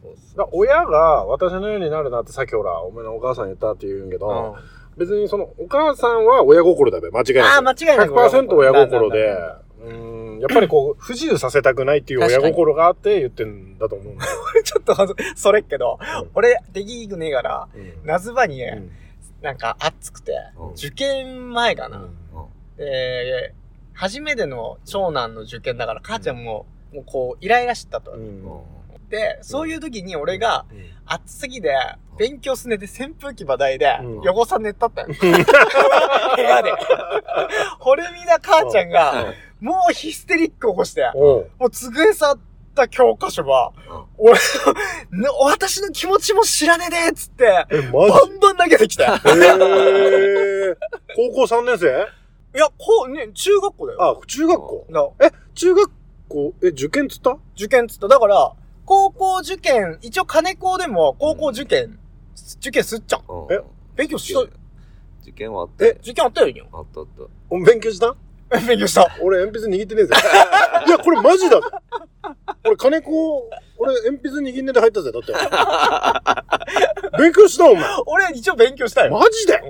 Speaker 1: そうそ
Speaker 3: だから親が私のようになるなってさっきほら、お前のお母さん言ったって言うんけ
Speaker 1: う
Speaker 3: ど、別にそのお母さんは親心だべ、間違い
Speaker 1: ん。ああ、間
Speaker 3: なく。
Speaker 1: 違いない。
Speaker 3: 100%親心で
Speaker 1: なんだなんだなんだ、
Speaker 3: うん、やっぱり こう、不自由させたくないっていう親心があって言ってんだと思うんだよ。
Speaker 1: ちょっとはず、それっけど、俺、できくねえから、
Speaker 3: うん
Speaker 1: 夏場に、
Speaker 3: うん
Speaker 1: なんか暑くて、
Speaker 2: うん
Speaker 1: 受験前か
Speaker 3: う
Speaker 1: な。
Speaker 3: ん
Speaker 1: で、初めての長男の受験だから、母ちゃんも、もうこう、イライラしてたと。で、そういう時に俺が、暑すぎで、勉強すねで扇風機ば台で
Speaker 3: うん、
Speaker 1: 横さ寝たったよ。 部屋で。ホルミナ母ちゃんが、もうヒステリック起こして、
Speaker 3: おう
Speaker 1: もう机去った教科書は、俺、ね私の気持ちも知らねえでっつって、
Speaker 3: え、
Speaker 1: バ
Speaker 3: マジ
Speaker 1: ンバン投げてきて。い
Speaker 3: えー、高校3年生
Speaker 1: や、こう、ね、中学校だよ。
Speaker 3: あ、中学校
Speaker 1: な
Speaker 3: 中学校、え、受験っつった
Speaker 1: 受験っつった。だから、高校受験、一応金校でも高校受験、受験すっちゃん。勉強し
Speaker 2: 受
Speaker 1: た
Speaker 2: 験、受験はあった
Speaker 3: え
Speaker 1: 受験あったよ、 に
Speaker 2: あったあった
Speaker 3: お勉強した
Speaker 1: 勉強した。
Speaker 3: 俺鉛筆握ってねえ ぜ。いや、これマジだぜ。俺金子、俺鉛筆握んねえで入ったぜ、だって。勉強したお前。
Speaker 1: 俺一応勉強したよ。
Speaker 3: マジで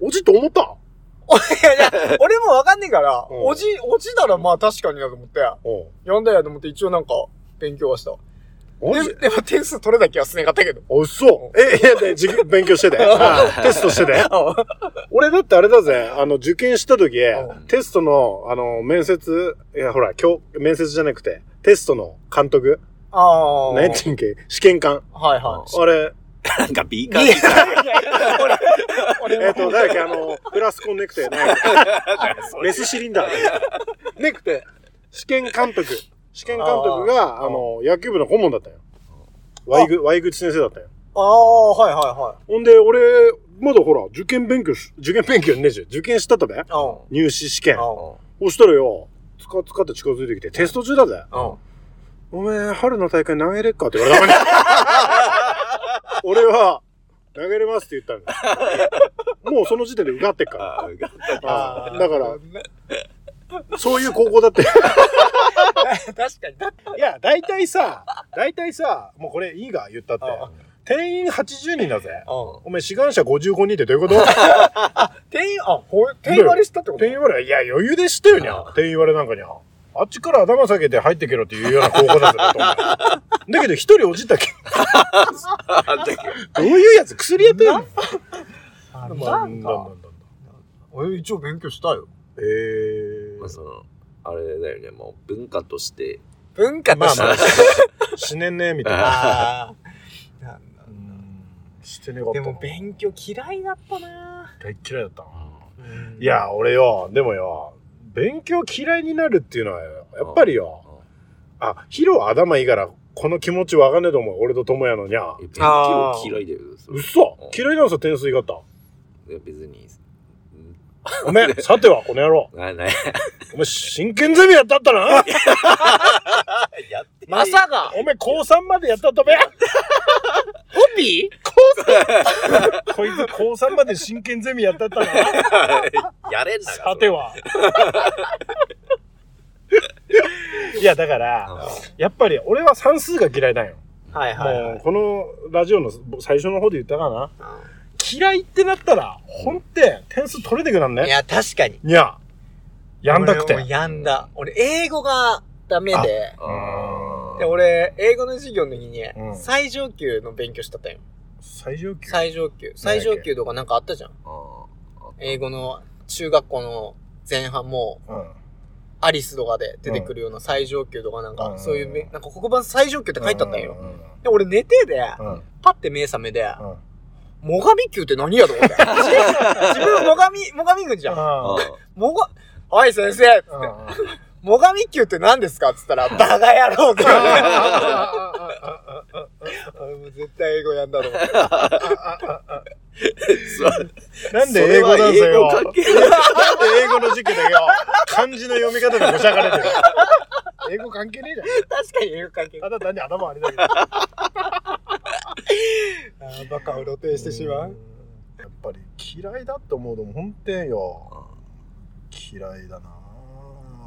Speaker 1: うん
Speaker 3: 落ちと思った
Speaker 1: いやいや、俺もわかんねえから、
Speaker 3: うん
Speaker 1: おじ、おじならまあ確かになと思って、
Speaker 3: お
Speaker 1: やんだよと思って一応なんか、勉強はした。
Speaker 3: マジ
Speaker 1: ででも点数取れなきゃすねかった けど。
Speaker 3: あ、そう。え、いや、で、授業勉 強してて。テストしてて。俺だってあれだぜ、あの、受験した時、
Speaker 1: うん
Speaker 3: テストの、あの、面接、いや、ほら、今日、面接じゃなくて、テストの監督、
Speaker 1: ああ。
Speaker 3: 何やってんけ、試験官。
Speaker 1: はいは
Speaker 3: あれ、
Speaker 2: なんかビー
Speaker 1: い。
Speaker 2: カ
Speaker 1: い
Speaker 2: ー
Speaker 1: やいやいやいや俺、俺も
Speaker 3: えっ、と、誰だっけ、あの、フラスコネ クテ、何やっけメスシリンダーネクテ、試験監督。試験監督が、
Speaker 1: あー
Speaker 3: あの、野球部の顧問だったよ。ワイグ、ワイグチ先生だったよ。
Speaker 1: ああ、はいは
Speaker 3: ほんで、俺、まだほら、受験勉強し、受験勉強ねえじゃん。受験したとべ
Speaker 1: いはい。
Speaker 3: 入試試験。
Speaker 1: うん。うん。
Speaker 3: そしたらよ、つかつかって近づいてきて、テスト中だぜ。
Speaker 1: うん。
Speaker 3: お前、春の大会投げれっかって言われたのに。 俺は、投げれますって言ったの。もうその時点でうがってっから。
Speaker 2: あーが
Speaker 3: あーだから、そう いう高校だって。
Speaker 1: 確かに。だって
Speaker 3: いや、大体さ、大体さ、もうこれいいが、言ったって
Speaker 1: あ
Speaker 3: 定員80人だぜ。
Speaker 1: う
Speaker 3: お前、志願者55人ってどういうこと
Speaker 1: ん。店員、あ、ほえ店員割れしたってこと
Speaker 3: 定員割れ、いや、余裕でしたよにゃ。定員割れなんかにゃ。あっちから頭下げて入ってけろっていうような高校だぜ。お前だけど、一人落ちたけ。
Speaker 2: あで
Speaker 3: どういうやつ薬やってんの
Speaker 1: あ
Speaker 3: な
Speaker 1: なんん
Speaker 3: だなんだ
Speaker 1: か、俺一応勉強したよ。
Speaker 3: えー。
Speaker 2: まあそのあれだよねもう文化として
Speaker 1: 文化として。
Speaker 3: まあまあ死ねんねみたいな。
Speaker 1: あーなんだ
Speaker 3: してねかった
Speaker 1: で
Speaker 3: な。
Speaker 1: も勉強嫌いだったな
Speaker 3: 大っ嫌いだったな。
Speaker 1: うん
Speaker 3: いや、俺よ、でもよ、勉強嫌いになるっていうのはよ、やっぱりよ、あ、ヒロ頭いいから、この気持ちわかんねえと思う、俺と友也のにゃ。
Speaker 2: え勉強嫌いだよそれ
Speaker 3: 嘘
Speaker 2: うん
Speaker 3: 嫌いなんすよ、点数いかった。
Speaker 2: いや別にうん
Speaker 3: ごめん、さては、この野郎。
Speaker 2: ない ない
Speaker 3: お前、真剣ゼミやったったな
Speaker 1: まさか
Speaker 3: お前、高3までやったったべ
Speaker 1: コピ
Speaker 3: こいつ、高3まで真剣ゼミやったったな
Speaker 2: やれんだから
Speaker 3: さては。 いや、だから、やっぱり、俺は算数が嫌いだよ。
Speaker 1: ーはいはいは
Speaker 3: もう
Speaker 1: い。
Speaker 3: このラジオの最初の方で言ったかな嫌いってなったら本って点数取れてくなん
Speaker 1: い
Speaker 3: ね
Speaker 1: や、確かに。
Speaker 3: にゃやんなくて
Speaker 1: 俺もやんだ。俺、英語がダメで。
Speaker 2: あ
Speaker 1: で、俺、英語の授業の時に
Speaker 3: う、ん
Speaker 1: 最上級の勉強したったよ。
Speaker 3: 最上級
Speaker 1: 最上級。最上級とかなんかあったじゃん。
Speaker 2: あ
Speaker 1: 英語の中学校の前半も、
Speaker 3: うん
Speaker 1: アリスとかで出てくるような最上級とかなん
Speaker 3: う
Speaker 1: か、
Speaker 3: ん
Speaker 1: そういうめ、なんか黒板最上級って書いてあったんよ。
Speaker 3: う
Speaker 1: で、俺寝てで、
Speaker 3: んうん
Speaker 1: パッて目覚めで、
Speaker 3: うん
Speaker 1: 最上級って何やと思 って。自分、最上、最上軍じゃん。
Speaker 2: あ
Speaker 1: もが、おい先生、
Speaker 3: うん うん
Speaker 1: 最上級って何ですかっつったら、バカ野郎って。 俺もう絶対英語やんだと思って。
Speaker 3: なんで英語なんだ
Speaker 2: それ
Speaker 3: よ
Speaker 2: は英語関係
Speaker 3: なんで英語の時期だよ漢字の読み方でごしゃがれてる英語関係ねえじゃん
Speaker 1: 確かに英語関係
Speaker 3: ただ単に頭あれだけど
Speaker 1: あーバカを露呈してしまう。
Speaker 3: んやっぱり嫌いだって思うのも本店よ嫌いだな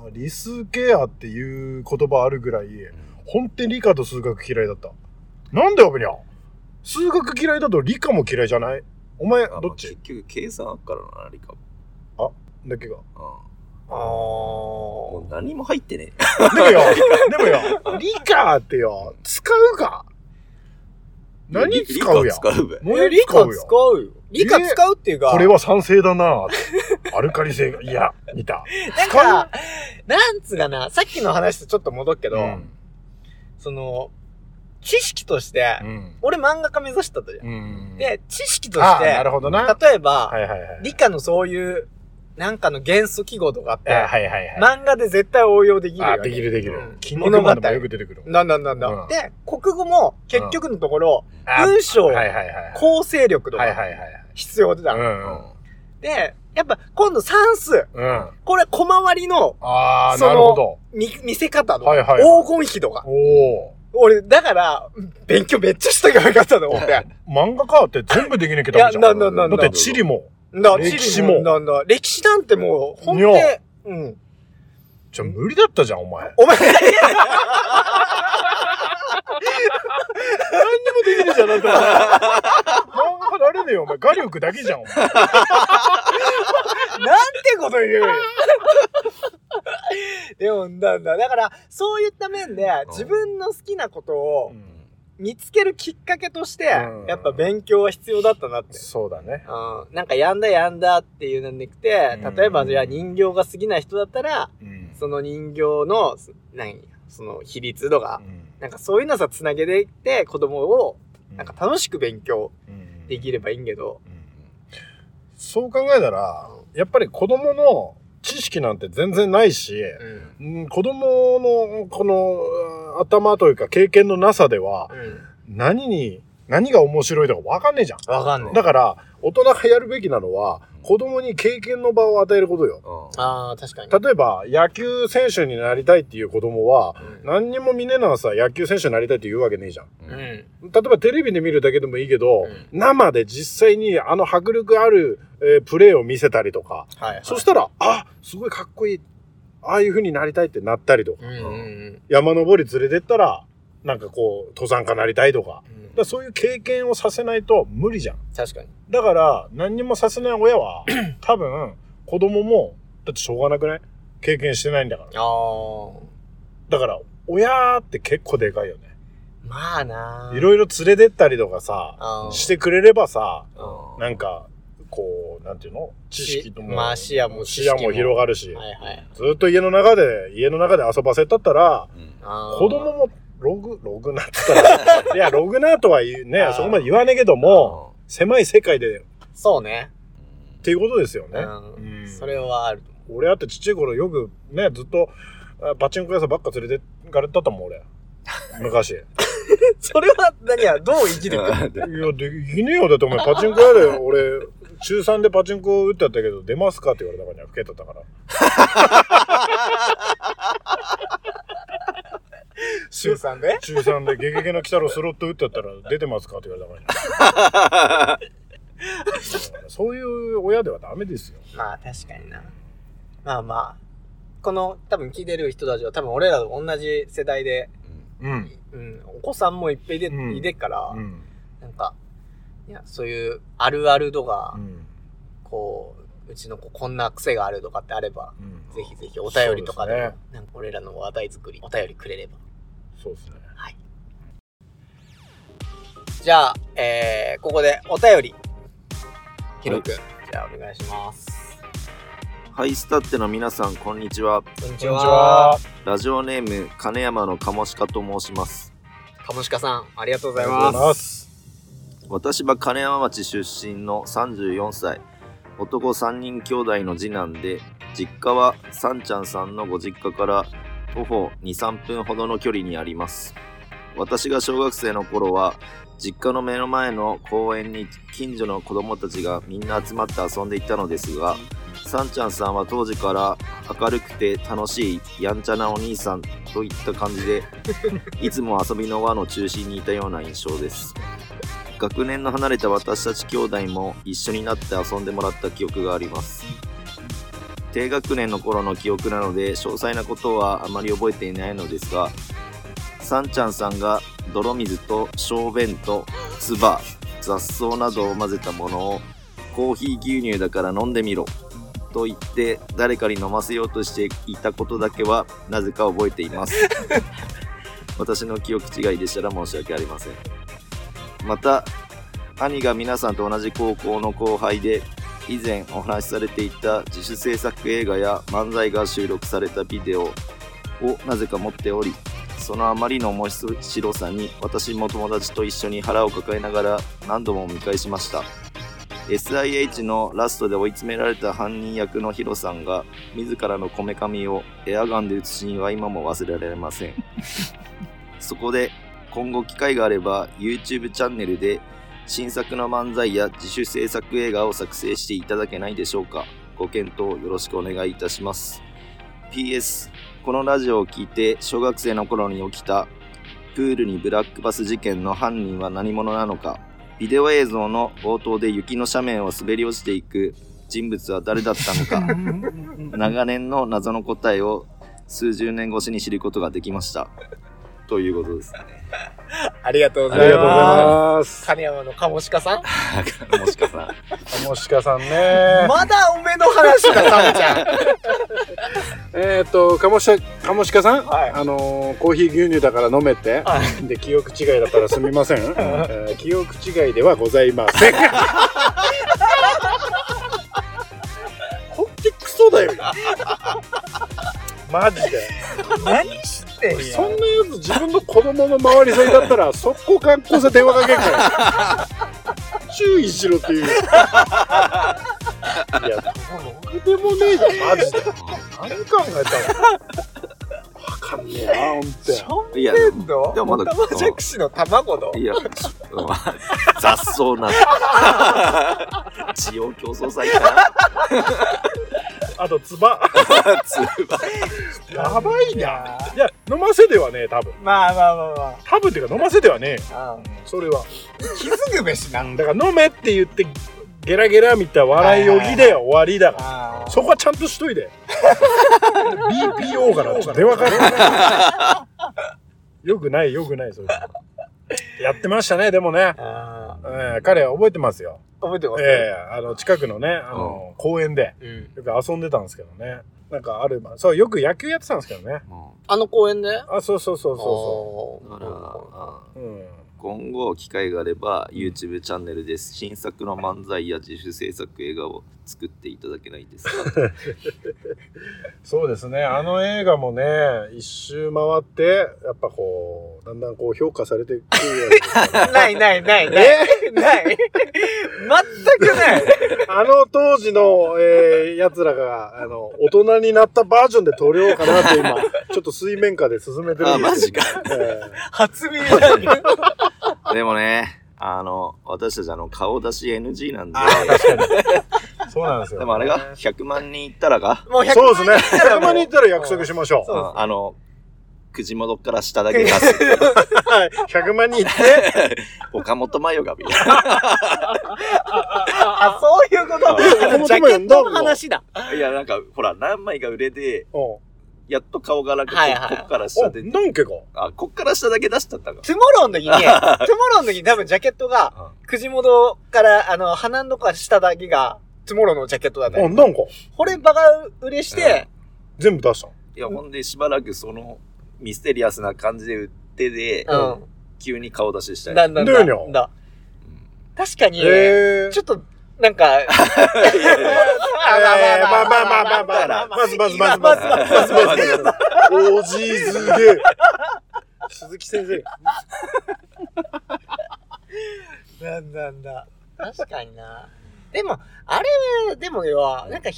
Speaker 3: ぁ理数ケアっていう言葉あるぐらい本店理科と数学嫌いだったなんでよぶにゃ数学嫌いだと理科も嫌いじゃないお前
Speaker 2: あ
Speaker 3: どっち
Speaker 2: 結局計算あっからな何か
Speaker 3: だっけ
Speaker 2: うん
Speaker 3: が
Speaker 1: あ
Speaker 2: もう
Speaker 1: ー。
Speaker 2: 何も入ってね
Speaker 3: でもよでもよ理科ってよ使うか
Speaker 2: え
Speaker 3: 何
Speaker 2: 理
Speaker 3: 使う
Speaker 2: 理
Speaker 3: や
Speaker 2: 科使うべ
Speaker 3: もう
Speaker 1: 理科
Speaker 3: 使う
Speaker 1: 使
Speaker 3: よ
Speaker 1: うよ。理科使うっていうか、
Speaker 3: これは酸性だなぁってアルカリ性がいや見た
Speaker 1: なんか、なんつうかな、さっきの話とちょっと戻っけど、
Speaker 3: うん
Speaker 1: その、知識として、
Speaker 3: うん
Speaker 1: 俺漫画家目指したとじゃん。
Speaker 3: うん
Speaker 1: で、知識とし
Speaker 3: ああ
Speaker 1: て、
Speaker 3: なるほどな
Speaker 1: 例えば、
Speaker 3: はいはいはい
Speaker 1: 理科のそういう、なんかの元素記号とかあって、
Speaker 3: あはいはいはい
Speaker 1: 漫画で絶対応用できる
Speaker 3: あ
Speaker 1: よ、ね。
Speaker 3: できるでき
Speaker 1: う
Speaker 3: る
Speaker 1: ん。
Speaker 3: 筋肉マンでもよく出てくる。
Speaker 1: なんだなんだ。
Speaker 3: うん
Speaker 1: で、国語も結局のところ、
Speaker 3: あ
Speaker 1: 文章、
Speaker 3: はいはいはい。
Speaker 1: 構成力と
Speaker 3: はいはい
Speaker 1: か
Speaker 3: はいはい。
Speaker 1: 必要だ。
Speaker 3: うん
Speaker 1: で、やっぱ今度算数。
Speaker 3: うん。うん。
Speaker 1: これ小回りの
Speaker 3: ああ、
Speaker 1: その
Speaker 3: なるほど。
Speaker 1: 見見せ方の
Speaker 3: はいはい
Speaker 1: 黄金比とか。
Speaker 3: おお。
Speaker 1: 俺、だから、勉強めっちゃしたくなかったの、俺。
Speaker 3: 漫画家って全部できなきゃダメじゃん。
Speaker 1: いやなんなんなんなん
Speaker 3: だって地理も。
Speaker 1: な
Speaker 3: 歴史も
Speaker 1: なんだ、歴史なんてもう、ほん
Speaker 3: にゃ
Speaker 1: で、うん。
Speaker 3: じゃあ無理だったじゃん、お前。
Speaker 1: お前、
Speaker 3: 何にもできねえじゃん、だって。漫画家なれねえよ、お前。画力だけじゃん、お前。
Speaker 1: なんてこと言うよ。でも、なんだ、だから、そういった面で、自分の好きなことを見つけるきっかけとして、
Speaker 3: うん
Speaker 1: やっぱ勉強は必要だったなって。
Speaker 3: そうだね。
Speaker 1: うん、なんかやんだやんだっていうのなくて
Speaker 3: うん、
Speaker 1: 例えばじゃあ人形が好きな人だったら、
Speaker 3: うん
Speaker 1: その人形の、す何、その比率とか
Speaker 3: う、ん
Speaker 1: なんかそういうのさ、つなげていって、子供を、なんか楽しく勉強
Speaker 3: うん
Speaker 1: できればいいんけど、
Speaker 3: そう考えたら、やっぱり子供の知識なんて全然ないし、
Speaker 1: うん。
Speaker 3: うん子供のこのうん頭というか経験のなさでは
Speaker 1: うん。
Speaker 3: 何に何が面白いとかわかんねえじゃん。
Speaker 4: わかんねえ。
Speaker 3: だから、大人がやるべきなのは、子供に経験の場を与えることよ。
Speaker 2: う
Speaker 1: ああ、確かに。
Speaker 3: 例えば、野球選手になりたいっていう子供は、何にも見ねえならさ、野球選手になりたいって言うわけねえじゃん。
Speaker 2: ん
Speaker 1: う
Speaker 2: うん
Speaker 1: ん。
Speaker 3: 例えばテレビで見るだけでもいいけど、
Speaker 1: うん
Speaker 3: 生で実際にあの迫力ある、えープレーを見せたりとか、
Speaker 1: はい。
Speaker 3: そしたら、あ、すごいかっこいい。ああいう風になりたいってなったりとか、
Speaker 1: うんうんうん。
Speaker 3: 山登り連れてったら、なんかこう、登山家なりたいとか。だからそういう経験をさせないと無理じゃん。
Speaker 1: 確かに。
Speaker 3: だから、何にもさせない親は、 多分、子供も、だってしょうがなくない経験してないんだから。
Speaker 1: ああ。
Speaker 3: だから、親って結構でかいよね。
Speaker 1: まあなー
Speaker 3: いろいろ連れてったりとかさ、
Speaker 1: あー
Speaker 3: してくれればさ、
Speaker 2: うん
Speaker 3: なんか、こう、なんていうの知識とも、
Speaker 1: まあ視野も知
Speaker 3: 視
Speaker 1: 識
Speaker 3: 野
Speaker 1: も
Speaker 3: も広がるし、
Speaker 1: はいはい。
Speaker 3: ずっと家の中で、家の中で遊ばせたったら、
Speaker 2: うん
Speaker 1: あー
Speaker 3: 子供もログ、ログなって言ったら、い や、ログなとは言う
Speaker 1: あ
Speaker 3: ね
Speaker 1: ー、
Speaker 3: そこまで言わねえけども、狭い世界でっ
Speaker 1: そうね。
Speaker 3: ていうことですよね。
Speaker 1: う
Speaker 3: うん
Speaker 1: ん。それはあると思
Speaker 3: 俺だってちっちゃい頃よくね、ずっとあパチンコ屋さんばっか連れて行かれたったもん、俺。昔。いや、
Speaker 1: う。 それは何や、どう生き てくる
Speaker 3: できねえよ。だってお前パチンコ 屋で俺、中3でパチンコ打ってやったけど、出ますかって言われたからには老けてたから。
Speaker 1: シュウさんで
Speaker 3: 中3でゲゲゲの鬼太郎スロット打ってやったら、出てますかって言われたからには。そういう親ではダメですよ。
Speaker 1: まあ確かにな。まあまあ。この多分聞いてる人たちは多分俺らと同じ世代で、
Speaker 3: うん。
Speaker 1: うん、お子さんもいっぺいで、
Speaker 3: うん
Speaker 1: いでっから、
Speaker 3: うん。
Speaker 1: なんか、いや、そういうあるあるとか、
Speaker 3: うん。
Speaker 1: こう、うちの子こんな癖があるとかってあれば、
Speaker 3: うん
Speaker 1: ぜひぜひお便りとかでも、
Speaker 3: そうです
Speaker 1: なんか俺らの話題作り、お便りくれれば。
Speaker 3: そうですね。
Speaker 1: じゃあ、えー、ここでお便り。ひろくん、じゃあお願いします。
Speaker 2: ハイスタっての皆さんこんにちは
Speaker 1: こんに
Speaker 3: こんにちは。
Speaker 2: ラジオネーム金山のカモシカと申します
Speaker 1: カモシカさん、ありがとうご
Speaker 3: あ
Speaker 1: ざいます。
Speaker 3: す。
Speaker 2: 私は金山町出身の34歳男3人兄弟の次男で実家はさんちゃんさんのご実家から徒歩23分ほどの距離にあります私が小学生の頃は実家の目の前の公園に近所の子供たちがみんな集まって遊んでいたのですがさんちゃんさんは当時から明るくて楽しいやんちゃなお兄さんといった感じでいつも遊びの輪の中心にいたような印象です学年の離れた私たち兄弟も一緒になって遊んでもらった記憶があります低学年の頃の記憶なので詳細なことはあまり覚えていないのですがさんちゃんさんが泥水と小便と唾雑草などを混ぜたものをコーヒー牛乳だから飲んでみろと言って誰かに飲ませようとしていたことだけはなぜか覚えています私の記憶違いでしたら申し訳ありませんまた兄が皆さんと同じ高校の後輩で以前お話しされていた自主制作映画や漫才が収録されたビデオをなぜか持っておりそのあまりの面白さに私も友達と一緒に腹を抱えながら何度も見返しました SIH のラストで追い詰められた犯人役のヒロさんが自らのこめかみをエアガンで撃つシーンは今も忘れられませんそこで今後機会があれば YouTube チャンネルで新作の漫才や自主制作映画を作成していただけないでしょうかご検討よろしくお願いいたします PS このラジオを聞いて小学生の頃に起きたプールにブラックバス事件の犯人は何者なのかビデオ映像の冒頭で雪の斜面を滑り落ちていく人物は誰だったの か長年の謎の答えを数十年越しに知ることができましたということですね
Speaker 1: ありがとうご
Speaker 3: あ
Speaker 1: ざ
Speaker 3: り
Speaker 1: い
Speaker 3: がとうご
Speaker 1: ま。
Speaker 3: ざいますす。
Speaker 1: 金山のカモシカさん、
Speaker 2: もしかさん
Speaker 3: もしかさんね。
Speaker 1: まだおめの話だ、サムちゃん。
Speaker 3: えーっと、かもし、かもしかさん、
Speaker 1: はい
Speaker 3: あのーコーヒー牛乳だから飲めって。
Speaker 1: は
Speaker 3: で、記憶違いだったらすみま せん。えー記憶違いではございません。ほんとクソだよ。マジで。
Speaker 1: 何知ってん
Speaker 3: そんなやつ自分の子供の周りさえだ ったら、速攻学校さ電話かけん から。注意しろ っていう。い や、どうでもねえじゃん、マジで。何考えたのかんねえな、ほんと
Speaker 1: ション
Speaker 2: いや、
Speaker 1: ベンド
Speaker 2: でもまだ
Speaker 1: オタマジャクシの卵の
Speaker 2: いや、うん雑草な。地方競争祭 か
Speaker 3: あと、ツバ。
Speaker 2: な。つば
Speaker 3: やばいな。いや、飲ませではねえ、多分。
Speaker 1: まあまあまあま
Speaker 3: 多分っていうか、飲ませではねえよ。
Speaker 1: あ。うん
Speaker 3: それは。
Speaker 1: 気づくべしなんだ。
Speaker 3: だから、飲めって言って、ゲラゲラみたいな笑いよぎで終わりだから。
Speaker 1: ああ
Speaker 3: そこはちゃんとしといて。BPO からちょっと 電話かかる。よくない、よくない、それ。やってましたね、でもね。
Speaker 1: ああ
Speaker 3: えー彼は覚えてますよ。
Speaker 1: 覚えてます
Speaker 3: ええあの、近くのね、あの、公園で、
Speaker 1: うん
Speaker 3: よく遊んでたんですけどね。なんかある、そう、よく野球やってたんですけどね。
Speaker 1: あの公園で
Speaker 3: あ、そうそうそうそ
Speaker 2: うんだから、うん
Speaker 3: うそう。うん。
Speaker 2: 今後機会があれば YouTube チャンネルです。新作の漫才や自主制作映画を作っていただけないですか
Speaker 3: そうですね。あの映画もね、一周回って、やっぱこう、だんだんこう評価されてくるや つですからね
Speaker 1: ないないないない。ない。全くない。
Speaker 3: あの当時の、えー、奴らが、あの、大人になったバージョンで撮れようかな って今、ちょっと水面下で進めてるんですけど、え
Speaker 1: 初耳なん だ。
Speaker 2: でもね、あの、私たちあの、顔出し NG なんで、
Speaker 3: ーそうなんですよ。
Speaker 2: でもあれが100万人いったらが、
Speaker 1: もう100
Speaker 3: そうですね。100万人
Speaker 1: 万人
Speaker 3: いっ
Speaker 1: い
Speaker 3: たら約束しましょう。
Speaker 1: そうですね
Speaker 2: あの、くじもどっから下だけ出す。
Speaker 3: はい。100万人いって、
Speaker 2: 岡本麻代が見る。
Speaker 1: たらあ、 そういうことジャケットの話だ。
Speaker 2: いや、なんか、ほら、何枚か売れて、
Speaker 3: うん。お、
Speaker 2: やっと顔がなんか、
Speaker 1: はいはい
Speaker 2: こっから下で、
Speaker 3: なんけか。
Speaker 2: あ、こっから下だけ出しちゃったか。
Speaker 1: トゥモロー の時に、トゥモローの時に多分ジャケットが、くじもどから、あの、鼻のとこしただけが、トゥモローのジャケットだ
Speaker 3: あ、
Speaker 1: ね。
Speaker 3: なんか。
Speaker 1: これバカ売れして、
Speaker 3: 全部出したの。
Speaker 2: いや、ほんで、しばらくその、ミステリアスな感じで売ってで、
Speaker 1: うん。
Speaker 2: 急に顔出しした
Speaker 1: だ
Speaker 2: い。
Speaker 1: んだんだん
Speaker 3: どういうの
Speaker 1: だ。確かに、
Speaker 3: ええ
Speaker 1: ちょっと、なんか、
Speaker 2: いやいやいや
Speaker 3: まあまあまあまあ
Speaker 2: まあ
Speaker 3: まあ。まずまずまず
Speaker 1: ま
Speaker 3: ま
Speaker 1: ず
Speaker 3: ず
Speaker 1: ま
Speaker 3: ま
Speaker 1: ず
Speaker 3: ず
Speaker 1: ま
Speaker 3: ま
Speaker 1: ず
Speaker 3: ず
Speaker 1: ま
Speaker 3: ま
Speaker 1: ず
Speaker 3: ずまず。おじいす げえ。鈴木先生。
Speaker 1: なんだなんだ。確かにな。でも、あれは、でもよ、なんか引っ張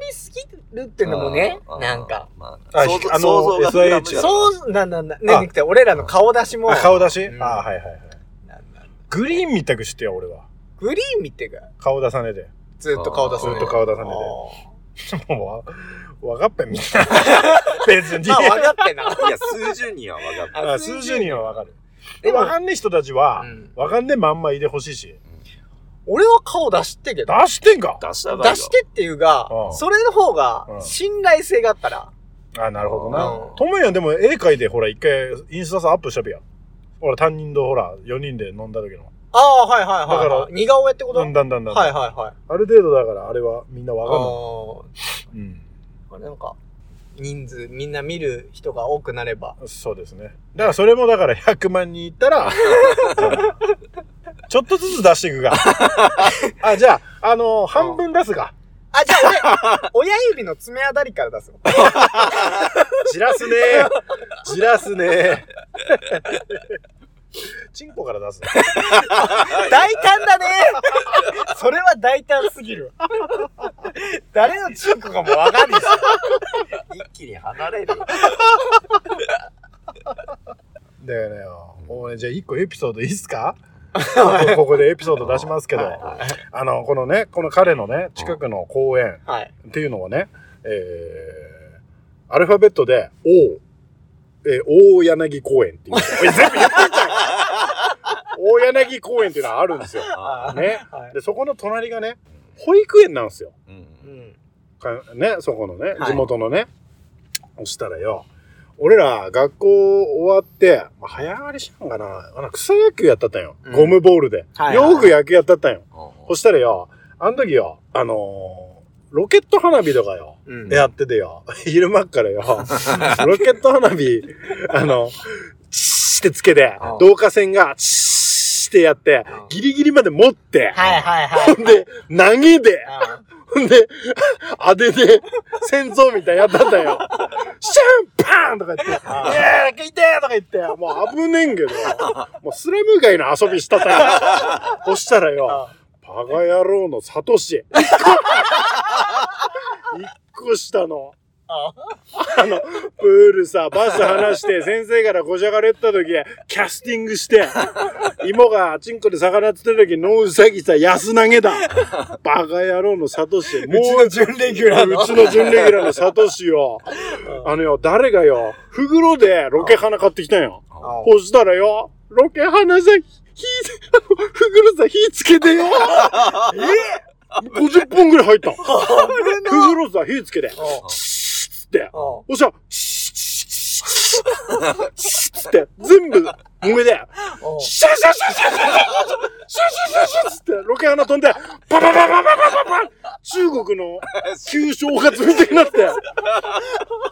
Speaker 1: りすぎるってのもね
Speaker 2: あ、ー
Speaker 1: なんか。。
Speaker 2: ま
Speaker 3: あ
Speaker 2: あ、想像
Speaker 3: あの
Speaker 2: 想像が膨らむ
Speaker 3: SIH
Speaker 2: じゃん
Speaker 1: そう、なんだなんだ。ね、
Speaker 3: あ
Speaker 1: ねくて、俺らの顔出しも。
Speaker 3: あ、顔出し
Speaker 1: うん
Speaker 3: あ、はいはいはい。
Speaker 1: なんだ
Speaker 3: グリーンみたくしてよ、俺は。
Speaker 1: グリーン見てく
Speaker 3: 顔出さねえで。
Speaker 1: ずっと顔出す
Speaker 3: ず
Speaker 1: ね。
Speaker 3: っと顔出さねえで。もうわ、わかっぺみんな。 別に
Speaker 1: あ。ーまあ、分かってんな。
Speaker 2: いや、数十人は分かった。
Speaker 3: あ数十人はわかる。
Speaker 1: で
Speaker 3: で
Speaker 1: も
Speaker 3: も、わかんねえ人たちは
Speaker 1: う、ん
Speaker 3: わかんねえまんまいてほしいし。
Speaker 1: 俺は顔出してけど。
Speaker 3: 出してんか
Speaker 2: 出した場合は
Speaker 1: 出してっていうが
Speaker 3: う、ん
Speaker 1: それの方が
Speaker 3: う、ん
Speaker 1: 信頼性があったら。
Speaker 3: あ、なるほど
Speaker 1: うん
Speaker 3: な。ともやんでも絵描いて、ほら、一回、インスタさ、アップしたべや。ほら、担任とほら、4人で飲んだ時の。
Speaker 1: ああ、はいはいはい。
Speaker 3: だから
Speaker 1: 似顔絵ってこと
Speaker 3: だ
Speaker 1: はい
Speaker 3: んだんだんだん。
Speaker 1: はいはい。
Speaker 3: ある程度だから、あれはみんな
Speaker 1: あ
Speaker 3: わ
Speaker 1: あ。
Speaker 3: かる。うん。
Speaker 1: これなんか、人数、みんな見る人が多くなれば。
Speaker 3: そうですね。だから、それもだから、100万人いったら、 ちょっとずつ出してい くが。あ、じゃあ、あの、半分出すが。
Speaker 1: あ、じゃあ俺、親指の爪あたりから出すよ。
Speaker 3: じらすねー。じらすねー。チンコから出す。
Speaker 1: 大胆だねそれは大胆すぎるわ。誰のチンコかもわかんないし。一気に離れるよ。
Speaker 3: だよね。もうね、じゃあ一個エピソードいいっすかこここでエピソード出しますけど、あの、このね、この彼のね、近くの公園
Speaker 1: はい。
Speaker 3: っていうのはね、えー、アルファベットで、O、えー、大柳公園っていう。おい全部言ってんじゃん大柳公園っていうのはあるんですよ。
Speaker 2: あ
Speaker 1: はい
Speaker 3: ね。
Speaker 1: はい。
Speaker 3: で、そこの隣がね、保育園なんですよ。
Speaker 2: ーうん
Speaker 1: うん。
Speaker 3: かね、そこのね、
Speaker 1: はい
Speaker 3: 地元のね。そしたらよ、俺ら学校終わって、まあ、早上がりしたんかな。あの草野球やったったんよ。
Speaker 1: うん
Speaker 3: ゴムボールで。
Speaker 1: はいはい
Speaker 3: よく野球やったったんよ。そ
Speaker 2: うん
Speaker 3: したらよ、あの時よ、あのーロケット花火とかよ、
Speaker 1: うん
Speaker 3: やっててよ、 昼間っからよ、 ロケット花火、あの、チーってつけて
Speaker 2: うん、
Speaker 3: 導火線がチーってやって
Speaker 1: うん、
Speaker 3: ギリギリまで持って、
Speaker 1: はいはい はい。
Speaker 3: ほんで、投げで、
Speaker 1: あ
Speaker 3: ほんで、あでで、戦争みたいなやったんだよ。シャンパーンとか言って、
Speaker 1: あ
Speaker 3: いやー、聞いてーとか言って、もう危ねんけど、もうスラム街の遊びしたたよ。そしたらよ、
Speaker 1: あ
Speaker 3: バカ野郎のサトシ。一個下の、
Speaker 1: あ
Speaker 3: プールさ、バス離して、先生からこしゃがれった時、キャスティングして、芋がチンコで魚釣ってる時、ノウサギさ、安投げだ。バカ野郎のサトシ。も
Speaker 4: うちの準レギュラーの
Speaker 3: うちの準レギュラーのサトシよ。あのよ、誰がよ、フグロでロケ花買ってきたんよ。
Speaker 1: あ
Speaker 3: そしたらよ、ロケ花さ、火、フグロさ、火つけてよ。え ?50 本ぐらい入 ったの。フグロさ、火つけて。つって。
Speaker 1: あ
Speaker 3: おっしゃ、シッつって、全部、揉めで、シャシャシャシャシャシャシャシャシャシャシャつって、ロケ花飛んで、パパパパパパパパ中国の旧正月みたいになって、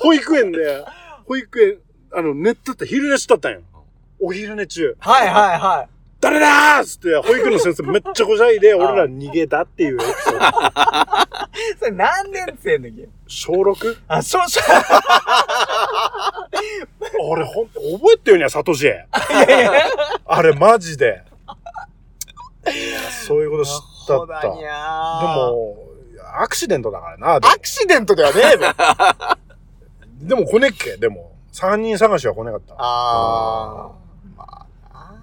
Speaker 3: 保育園で、保育園、あの、寝てて昼寝しとったんよ。お昼寝中、
Speaker 1: はいはいはい。
Speaker 3: 誰だーっつって、保育の先生めっちゃこしゃいで、俺ら逃げたっていうエピソード。
Speaker 1: それ何年生の時
Speaker 3: 小 6?
Speaker 1: あ、そうそう。
Speaker 3: あれ、ほんと、覚えてるね、サトシ。あれ、マジで。そういうこと知ったった。
Speaker 1: だに
Speaker 3: で
Speaker 1: ゃー。
Speaker 3: も、アクシデントだからな。でも
Speaker 4: アクシデントではねえべ。
Speaker 3: でも、こねっけ、でも。三人探しはこねかった。
Speaker 4: あ
Speaker 1: まあ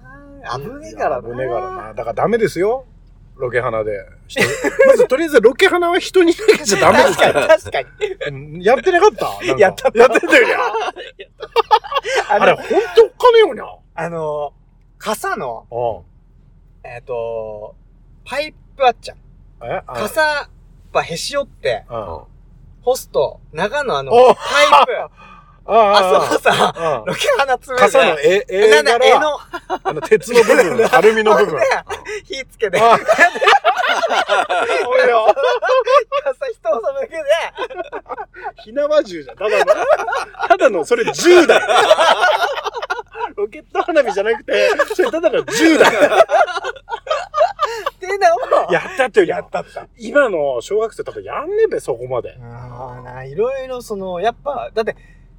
Speaker 1: な、危ねえからな。
Speaker 3: ねえからな。だからダメですよ。ロケ花で。人 にまず、とりあえずロケ花は人に投げちゃダメです
Speaker 4: ー。
Speaker 3: から。
Speaker 4: 確かに。
Speaker 3: うんやってなかったなんか
Speaker 1: やった
Speaker 3: やってたよにゃ。
Speaker 1: あ
Speaker 3: あれ、
Speaker 1: の
Speaker 3: ほ、んとおっかねえよにゃ。
Speaker 1: あの、傘の、
Speaker 3: う
Speaker 1: えっ、と、パイプあっちゃん。
Speaker 3: ん。えあ
Speaker 1: 傘、やっぱへし折って、
Speaker 3: うん。あ
Speaker 1: 干すと、長野あの、
Speaker 3: お
Speaker 1: パイプ、
Speaker 3: ああ
Speaker 1: あそこさ、
Speaker 3: あ。うん
Speaker 1: ロケ花詰めるじゃん
Speaker 3: 傘の絵、
Speaker 1: な
Speaker 3: 絵
Speaker 1: んだ、
Speaker 3: 柄。
Speaker 1: 絵の、
Speaker 3: あの、鉄の部 分、アルミの部分。
Speaker 1: 火つけて、
Speaker 3: あ
Speaker 1: 傘
Speaker 3: おいよ。
Speaker 1: 一押さぶだけで、
Speaker 3: 火縄銃じゃん。ただの、ただの、それ銃だよ。ロケット花火じゃなくて、それただの銃だよ。
Speaker 1: っていうのを、
Speaker 3: やったってよ、や
Speaker 1: や
Speaker 3: っ
Speaker 1: った
Speaker 3: った。今の小学生多分やんねえべ、そこまで。
Speaker 1: あーないろいろその、やっぱ、だって、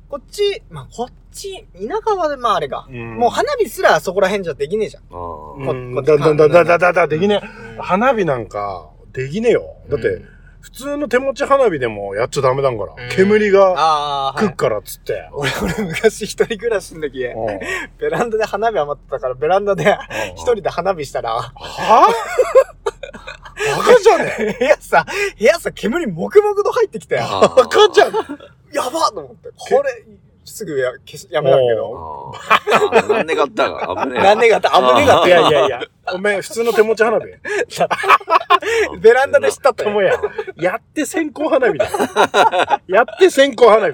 Speaker 1: こっち、まあ、こっち、田舎はで、まああれが、もう花火すらそこら辺じゃできねえじゃん。
Speaker 2: うん
Speaker 1: こ
Speaker 3: うん
Speaker 1: こっち
Speaker 3: だ、だ、だ、だ、だ、だ、だ、できねえ。
Speaker 1: うん
Speaker 3: 花火なんか、できねえよ。だって、普通の手持ち花火でもやっちゃダメだんから
Speaker 1: うん。
Speaker 3: 煙が
Speaker 1: ああ、
Speaker 3: く
Speaker 1: は
Speaker 3: っ
Speaker 1: い。
Speaker 3: からっつって。
Speaker 1: 俺、俺昔一人暮らしの時、
Speaker 3: うんうん
Speaker 1: ベランダで花火余ってたから、ベランダで一人で花火したら、
Speaker 3: はぁバカじゃね え
Speaker 1: 部屋さ、部屋さ、煙黙々と入ってきて、や
Speaker 2: あー
Speaker 3: バカじゃん
Speaker 1: ばっと思って、これ、すぐや消しやめたけ ど、
Speaker 2: あーなんで買ったか危ねえ。
Speaker 1: なんでかって危ねえかっ
Speaker 3: い
Speaker 1: て
Speaker 3: やいやいや、お前普通の手持ち花火
Speaker 1: ベランダでしたった
Speaker 3: と
Speaker 1: よ
Speaker 3: もや、やって線香花火だ。やって線香花
Speaker 1: なん
Speaker 3: 火。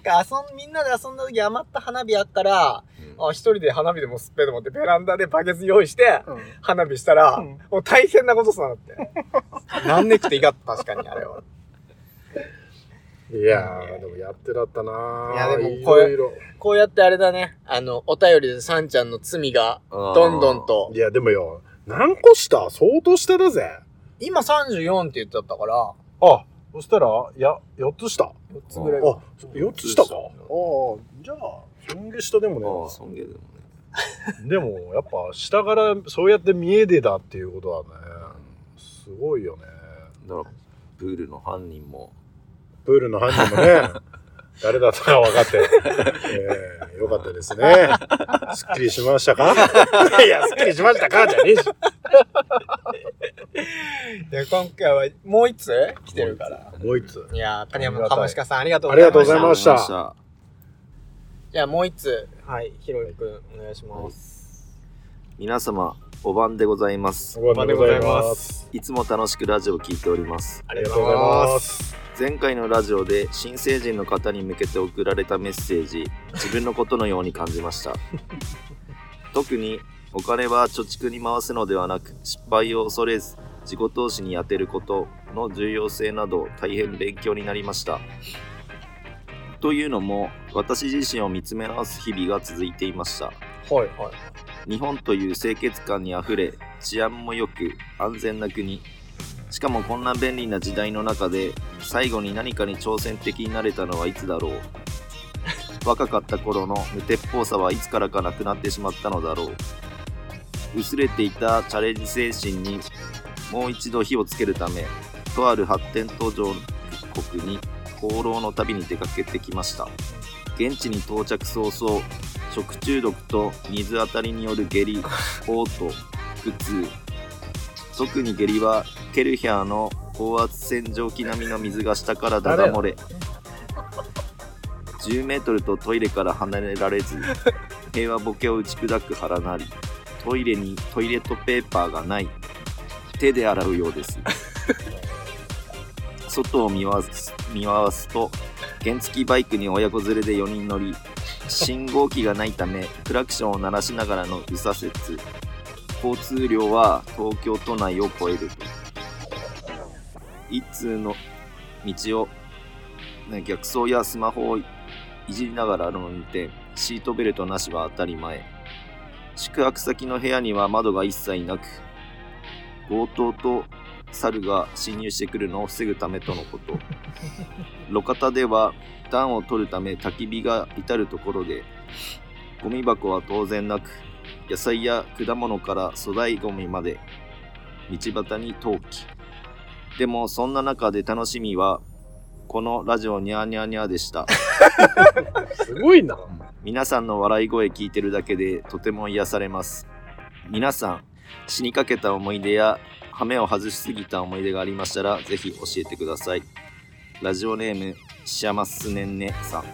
Speaker 1: か遊ん、みんなで遊んだ時余った花火あったら、
Speaker 2: うん
Speaker 1: あ、一人で花火でも吸ってと思って、ベランダでバケツ用意して、花火したら、
Speaker 3: うん
Speaker 1: もう大変なことさなって。なんねくていかった、確かに、あれは。
Speaker 3: いやー、でもやってだったなー
Speaker 1: いやでも
Speaker 3: い
Speaker 1: これ
Speaker 3: ろいろ。
Speaker 1: こうやってあれだね、あの、お便りでサンちゃんの罪が、どんどん。と
Speaker 3: い。や、でもよ、何個した相当下だぜ。
Speaker 1: 今34って言ってたから、
Speaker 3: あ、そしたら、や、4つ下。あ、
Speaker 1: 4つぐらい。
Speaker 2: あ
Speaker 3: 4つ下か。あ
Speaker 2: 四つ下、
Speaker 3: あじゃあ、そんげ下で
Speaker 2: あーあ
Speaker 3: も
Speaker 2: ー、尊敬でもね。
Speaker 3: ね。でも、やっぱ下からそうやって見えでだっていうことだね。すごいよね。
Speaker 2: だから、プールの犯人も。
Speaker 3: プールの犯人も ね、誰だったか分かって、えー、よかったです ね。すっきりしましたか いや、すっきりしましたかじゃねえし。
Speaker 1: で、今回はもう1つ来てるから。
Speaker 3: もう一つ。
Speaker 1: いやー、谷山のカモシカさん、ありがとうご
Speaker 3: あ
Speaker 1: ざ
Speaker 3: り
Speaker 1: い
Speaker 3: が
Speaker 1: ました。
Speaker 3: とうございました。
Speaker 1: じゃあもう1つ、はい、ひろゆくん、お願いします。
Speaker 2: 皆様、お晩でございます。
Speaker 3: おめでとうございます。
Speaker 1: す。
Speaker 2: いつも楽しくラジオを聞いております。
Speaker 1: ありがとうございます。
Speaker 2: 前回のラジオで新成人の方に向けて送られたメッセージ、自分のことのように感じました。特に、お金は貯蓄に回すのではなく、失敗を恐れず、自己投資に充てることの重要性など大変勉強になりました。というのも、私自身を見つめ直す日々が続いていました。
Speaker 1: はい、はい。
Speaker 2: 日本という清潔感にあふれ治安も良く安全な国しかもこんな便利な時代の中で最後に何かに挑戦的になれたのはいつだろう若かった頃の無鉄砲さはいつからかなくなってしまったのだろう薄れていたチャレンジ精神にもう一度火をつけるためとある発展途上国に放浪の旅に出かけてきました現地に到着早々食中毒と水当たりによる下痢嘔吐腹痛特に下痢はケルヒャーの高圧洗浄機並みの水が下からだが漏れ10メートルとトイレから離れられず平和ボケを打ち砕く腹なりトイレにトイレットペーパーがない手で洗うようです外を見回す見回すと原付バイクに親子連れで4人乗り信号機がないためクラクションを鳴らしながらの右左折交通量は東京都内を超えると一通の道をね逆走やスマホをいじりながらの運転シートベルトなしは当たり前宿泊先の部屋には窓が一切なく強盗と猿が侵入してくるのを防ぐためとのこと路肩では暖を取るため焚き火が至る所でゴミ箱は当然なく野菜や果物から粗大ゴミまで道端に投棄でもそんな中で楽しみはこのラジオニャーニャーニャーでした
Speaker 3: すごいな。
Speaker 2: 皆さんの笑い声聞いてるだけでとても癒されます皆さん死にかけた思い出やハメを外しすぎた思い出がありましたらぜひ教えてくださいラジオネームシャマスネンネさん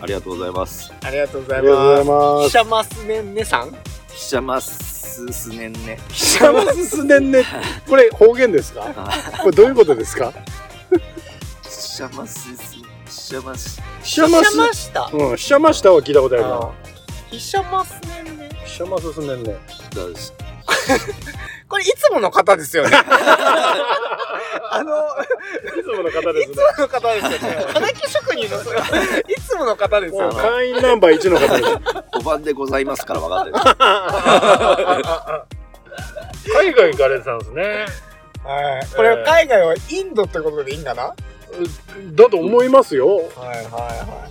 Speaker 2: ありがとうございます
Speaker 4: ありがとうござ
Speaker 3: あ
Speaker 4: い
Speaker 3: りがとうござ
Speaker 4: ま
Speaker 3: い
Speaker 4: す。
Speaker 1: ひ
Speaker 3: ます。
Speaker 1: しゃますねんねさん
Speaker 2: シャマススネンネ
Speaker 3: シャマススネンネ。これ方言ですかこれどういうことですか
Speaker 2: シャマススシャマス
Speaker 3: シャマ
Speaker 1: ひしゃま
Speaker 3: ス。
Speaker 1: した
Speaker 3: うん、シャマスタは聞いたことある
Speaker 1: あひしゃますねんね
Speaker 3: な。シャマススネンネ。
Speaker 2: だし
Speaker 4: これいつもの方です よね。
Speaker 1: あの
Speaker 3: いつもの方ですね。
Speaker 1: いつもの方ですよね金木職人のそういつもの方です
Speaker 3: も
Speaker 1: よ
Speaker 3: う
Speaker 1: ね
Speaker 3: 会員ナンバー1の方です。
Speaker 2: お番でございますから分かってる
Speaker 3: 海外行かれてたんですね。
Speaker 4: はい。これ海外はインドってことでいいんかな。は
Speaker 3: だと思いますよ。
Speaker 4: いはいは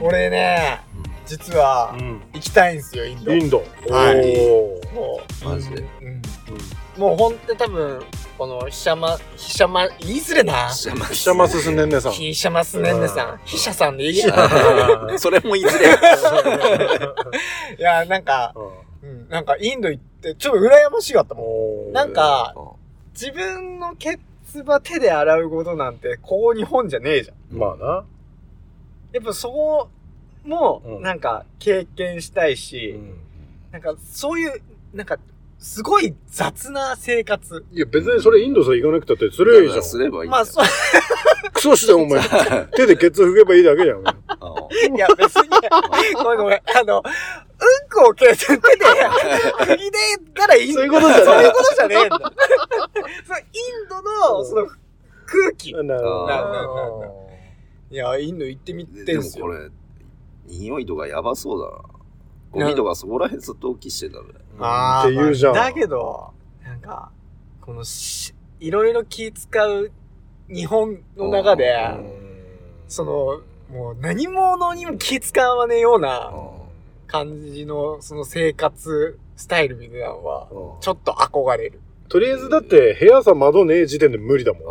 Speaker 4: い。俺ね、実は
Speaker 3: うん
Speaker 4: 行きたいんですよインド。
Speaker 3: インド。
Speaker 4: はい
Speaker 3: おー
Speaker 4: もう
Speaker 2: マジで
Speaker 4: うん
Speaker 1: もうほんと多分このひしゃまひしゃま言いづれな
Speaker 2: シャマ
Speaker 3: シャマススネンネさん。
Speaker 1: ひしゃますねんねさんひしゃさんでいいや
Speaker 2: スそれもいずれ
Speaker 4: いやなんか、
Speaker 3: う
Speaker 4: うん、なんかインド行ってちょっと羨ましかった
Speaker 3: ん
Speaker 4: もん。
Speaker 3: おー
Speaker 1: なんか自分のケツば手で洗うことなんてこう日本じゃねえじゃん
Speaker 3: まあな。
Speaker 1: やっぱそこも
Speaker 3: うん
Speaker 1: なんか経験したいし、なんかそういうなんかすごい雑な生活
Speaker 3: いや別にそれインドさ行かなくたってそれいいじゃん。
Speaker 2: すればいいんだ
Speaker 1: ま
Speaker 2: よ
Speaker 1: あそう
Speaker 3: クソしてお前手でケツ拭けばいいだけじゃ ん。
Speaker 2: うん
Speaker 1: いや別にごめんごめんあのうんこを削ってて釘でたらいいんだ
Speaker 3: そういうことじゃない
Speaker 1: そういうことじゃねえんだそうインドのその空気
Speaker 3: なるほ
Speaker 1: なる
Speaker 3: ど
Speaker 1: ほどいやインド行ってみて
Speaker 2: で
Speaker 1: ん
Speaker 2: も
Speaker 1: す
Speaker 2: こ
Speaker 1: よ
Speaker 2: れ匂いとかやばそうだなゴミとかそこら辺ずっと大きしてたね
Speaker 4: あ
Speaker 3: って言うじゃん。
Speaker 1: だけど、なんか、このし、いろいろ気使う日本の中で、
Speaker 2: う
Speaker 1: その、もう何者にも気使わねえような感じの、その生活スタイルみたいなのは、ちょっと憧れる。
Speaker 3: とりあえずだって部屋さ窓ねえ時点で無理だもんね。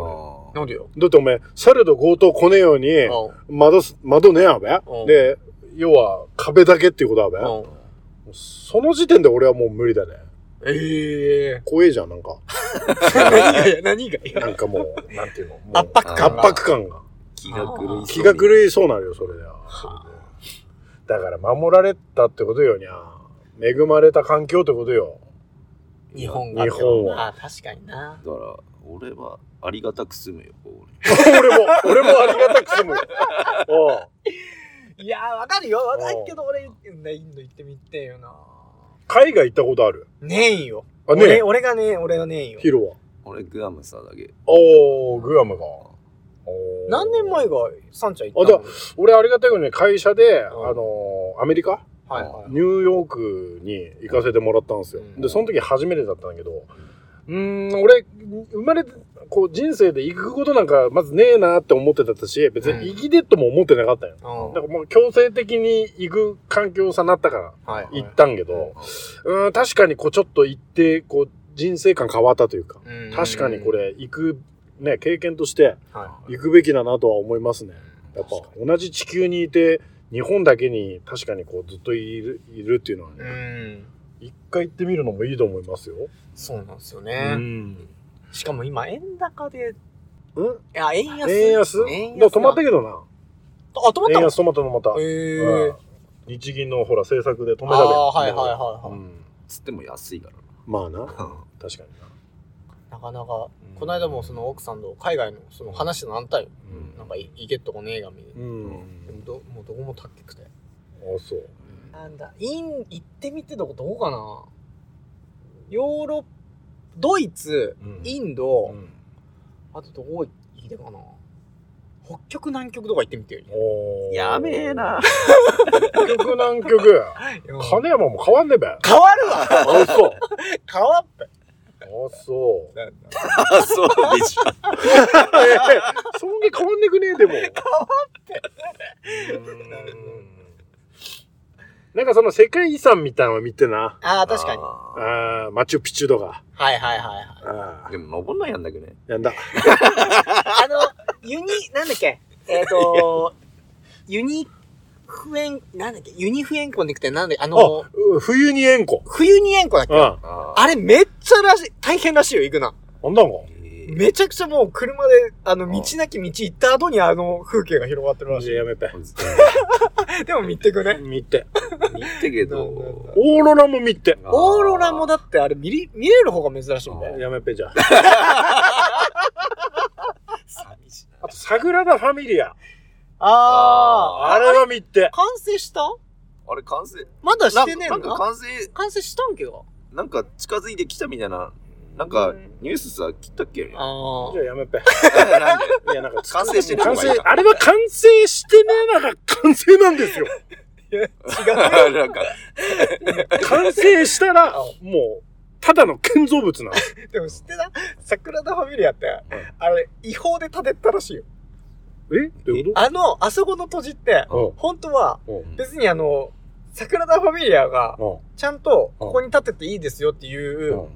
Speaker 2: あ
Speaker 1: なんでよ。
Speaker 3: だってお前、猿と強盗来ねえように、
Speaker 1: う
Speaker 3: 窓す、窓ねえわべ
Speaker 1: うん。
Speaker 3: で、要は壁だけっていうことだ
Speaker 1: ん。
Speaker 3: べ。
Speaker 1: うん。
Speaker 3: その時点で俺はもう無理だね。
Speaker 1: ええ
Speaker 3: 怖えじゃん、なんか。
Speaker 1: 何がや、何がや。
Speaker 3: なんかもう、なんていうの。もう
Speaker 1: 圧迫
Speaker 3: 圧
Speaker 1: 感が。
Speaker 3: 迫感が。
Speaker 2: 気が狂いそうに
Speaker 3: 気が狂いそうなるよ、それでは。だから守られたってことよにゃ。恵まれた環境ってことよ。
Speaker 1: 日本が。
Speaker 3: 日本は
Speaker 1: あ、確かにな。
Speaker 2: だから俺はありがたく住むよこう
Speaker 3: 俺も、俺も ありがたく済む。おう
Speaker 1: いやー、わかるよ。わかるけど、俺、インド行ってみてえよな。
Speaker 3: 海外行ったことある
Speaker 1: ねえんよ。
Speaker 3: あ、ね
Speaker 1: 俺
Speaker 3: え、
Speaker 1: 俺がねえ、俺がねえんよ。
Speaker 3: ヒロは。
Speaker 2: 俺グアムさだけ
Speaker 3: おー、グアムか。おー
Speaker 1: 何年前がサンちゃん行ったの
Speaker 3: 俺ありがたいことに会社で、あ
Speaker 1: うん
Speaker 3: のー、アメリカ
Speaker 1: はいはい。
Speaker 3: ニューヨークに行かせてもらったんですよ。
Speaker 1: うん
Speaker 3: で、その時初めてだったんだけど、うーん、俺、生まれて、こう人生で行くことなんかまずねえなって思ってたし、別に行きでとも思ってなかったんよ。
Speaker 1: うん
Speaker 3: だからもう強制的に行く環境さなったから
Speaker 1: はいはい
Speaker 3: 行ったんけど、うん、確かにこうちょっと行って、こう人生観変わったというか、
Speaker 1: うん
Speaker 3: 確かにこれ行くね、経験として
Speaker 4: は
Speaker 3: 行くべきだなとは思いますね。やっぱ同じ地球にいて、日本だけに確かにこうずっといるいるっていうのは
Speaker 4: いう
Speaker 3: ね、
Speaker 4: ん
Speaker 3: 一回行ってみるのもいいと思いますよ。
Speaker 4: そうなんですよ
Speaker 3: う
Speaker 4: ね
Speaker 3: ん。
Speaker 1: しかも今、円高で、い
Speaker 3: うん
Speaker 1: や、円安。
Speaker 3: 円安
Speaker 1: 円安
Speaker 3: だから止まったけどな。
Speaker 1: あ、止まった
Speaker 3: 円
Speaker 1: の
Speaker 3: 安止まった止まった。
Speaker 1: へ
Speaker 3: う
Speaker 1: え
Speaker 3: ん。日銀のほら政策で止めた
Speaker 1: あ
Speaker 3: けど。
Speaker 1: あ、はいはいはいは
Speaker 3: う
Speaker 1: い。
Speaker 3: ん
Speaker 2: つっても安いから
Speaker 3: まあな、
Speaker 2: な。
Speaker 3: 確かにな。
Speaker 1: なかなか、この間もその奥さんと海外のその話してなんたよ。
Speaker 2: うん
Speaker 1: なんかい行けっとこねえがみたいな。
Speaker 3: うん。
Speaker 1: でもど、もうどこも高くて。
Speaker 3: あ、そう。
Speaker 1: なんだ、イン、行ってみてどこ、どこかなヨーロッパ、ドイツ、インド、
Speaker 3: うん
Speaker 1: あとどこ行けたかな北極南極とか行ってみてよ。
Speaker 3: おー
Speaker 2: やべえな。。
Speaker 3: 南極南極。金山も変わんねえべ。あ、
Speaker 1: 変わるわ
Speaker 3: そう。
Speaker 1: 変わっ
Speaker 3: あ、そう。
Speaker 1: た
Speaker 2: あ、そうでしょ。
Speaker 3: そんげ変わんねくねえでも。変わって。なんかその世界遺産みたいなの見てな。
Speaker 1: ああ、 確かに。
Speaker 2: に。
Speaker 3: あーマチュピチュとか。
Speaker 1: はいはいはいはい。
Speaker 3: あ
Speaker 2: でも登んないやんだけどね。
Speaker 3: ーやんだ。
Speaker 1: あの、 ユニ、なんだっけえっ、と、ユニフエン、なんだっけユニフエンコンで行くってなんだっけあの
Speaker 3: あ、、う冬に縁故。
Speaker 1: 冬にエンコだっ
Speaker 3: う
Speaker 1: け
Speaker 3: ん。あ
Speaker 1: あれめっちゃらしい、大変らしいよ、行くな。
Speaker 3: んだもん。
Speaker 2: れ
Speaker 1: めちゃくちゃもう車で、あの、道なき道行った後にあの風景が広がってるらし
Speaker 3: やめて。
Speaker 1: い。でも見てくね。
Speaker 3: 見て。
Speaker 2: 見て
Speaker 1: な
Speaker 2: け
Speaker 1: んだ
Speaker 2: ど。
Speaker 3: オーロラも見て。
Speaker 1: オーロラもだってあれ見り、見れる方が珍しいんだよ。
Speaker 3: やめてじゃあ。
Speaker 2: 寂しい
Speaker 3: あと、サグラダ・ファミリア。
Speaker 1: あー、
Speaker 3: あれは見て。
Speaker 1: 完成した
Speaker 2: あれ完成
Speaker 1: まだ
Speaker 2: な
Speaker 1: して
Speaker 2: ん
Speaker 1: ね
Speaker 2: か
Speaker 1: え
Speaker 2: な
Speaker 1: の
Speaker 2: んか完成、
Speaker 1: 完成したんけど。
Speaker 2: なんか近づいてきたみたいな、なんかニュースさ、切ったっけ
Speaker 1: ああ
Speaker 3: じゃあやめて。
Speaker 2: なんで
Speaker 3: いや、 なんか、
Speaker 2: 完成してる
Speaker 3: 完成、あれは完成してねえなら完成なんですよ。
Speaker 2: なんか、
Speaker 3: 完成したら、もう、ただの建造物なんです。
Speaker 1: でも知ってた桜田ファミリアって、あれ、違法で建てたらしいよ。
Speaker 3: えどういうこ
Speaker 1: あの、あそこの土地って、
Speaker 3: と
Speaker 1: 本当は、
Speaker 3: うん。うん。
Speaker 1: 別にあの、桜田ファミリアが、
Speaker 3: うん
Speaker 1: ちゃんと、ここに建てていいですよっていうう、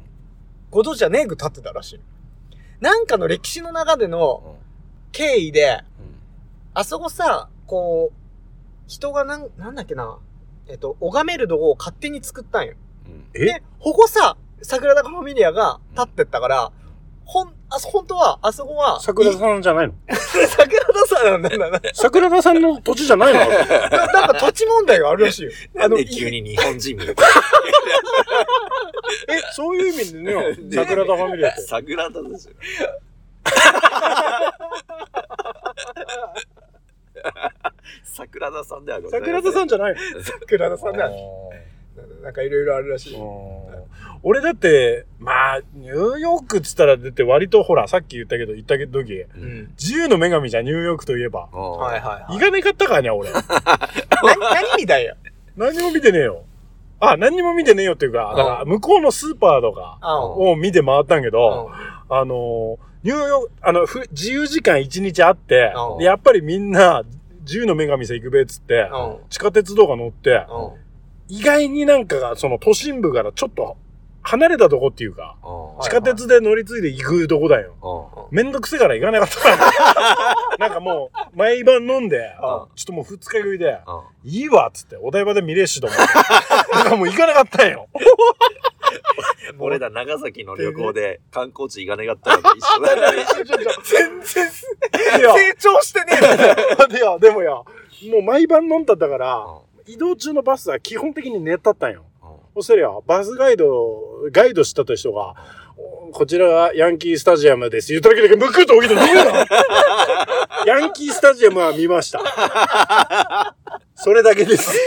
Speaker 1: ご存知じゃねえぐ建てたらしい。なんかの歴史の中での経緯で、あそこさ、こう、人がなん、なんだっけな、えっと、拝める道を勝手に作ったんよ。
Speaker 3: え
Speaker 1: で、ここさ、桜田ファミリアが建ってったから、ほん、あそ、本当は、あそこは、
Speaker 3: 桜田さんじゃないの
Speaker 1: 桜田さんなんだな。
Speaker 3: 桜田さんの土地じゃない のあれ
Speaker 1: ななんか土地問題があるらしいよ。あ
Speaker 2: なん
Speaker 1: の、
Speaker 2: で急に日本人みたいな。
Speaker 3: え、そういう意味 でね、桜田ファミリアって。
Speaker 2: 桜田ですよ。桜田さんではございませ
Speaker 3: 桜田さんじゃない
Speaker 1: 桜田さんだ。
Speaker 3: の
Speaker 1: なんかいろいろあるらしい。
Speaker 3: うん俺だって、まあ、ニューヨークっつったら出て割とほら、さっき言ったけど、言ったけど時、
Speaker 2: う。
Speaker 1: うんん。
Speaker 3: 自由の女神じゃん、ニューヨークといえば。
Speaker 2: は
Speaker 1: はい
Speaker 2: い。
Speaker 1: はい
Speaker 3: 意
Speaker 1: はい。
Speaker 3: 外に買ったからね、 俺。
Speaker 1: 何、何みたいや。
Speaker 3: 何にも見てねえよ。あ、何にも見てねえよっていうか、だから向こうのスーパーとか
Speaker 1: あ
Speaker 2: うん
Speaker 3: を見て回ったんけ
Speaker 1: うん。
Speaker 3: ど、あのー、ニューヨーク、あの、ふ自由時間1日あって
Speaker 1: う、ん
Speaker 3: でやっぱりみんな、自由の女神さ行くべっつって、
Speaker 1: うん。
Speaker 3: 地下鉄とか乗って、
Speaker 1: うん。
Speaker 3: 意外になんかが、その都心部からちょっと離れたとこっていうか、
Speaker 2: あ
Speaker 1: はい
Speaker 3: 地下鉄で乗り継いで行くとこだよ。
Speaker 2: あ
Speaker 3: めんどくせえから行かなかっ た。なんかもう、毎晩飲んで、ちょっともう二日酔いで、
Speaker 2: あ
Speaker 3: いいわっつって、お台場で見れっしと思って。 なんかもう行かなかったんよ。
Speaker 2: 俺ら長崎の旅行で観光地行かねがったのと一緒だ ね。
Speaker 1: 全然成
Speaker 3: いや、
Speaker 1: 長してねえな。
Speaker 3: でや、でもや、もう毎晩飲んだったから、移動中のバスは基本的に寝たったんよ。そしたらや、バスガイド、ガイドしたった人が、おこちらがヤンキースタジアムです。言っただけでむくっと起きて逃げ ろヤンキースタジアムは見ました。それだけです。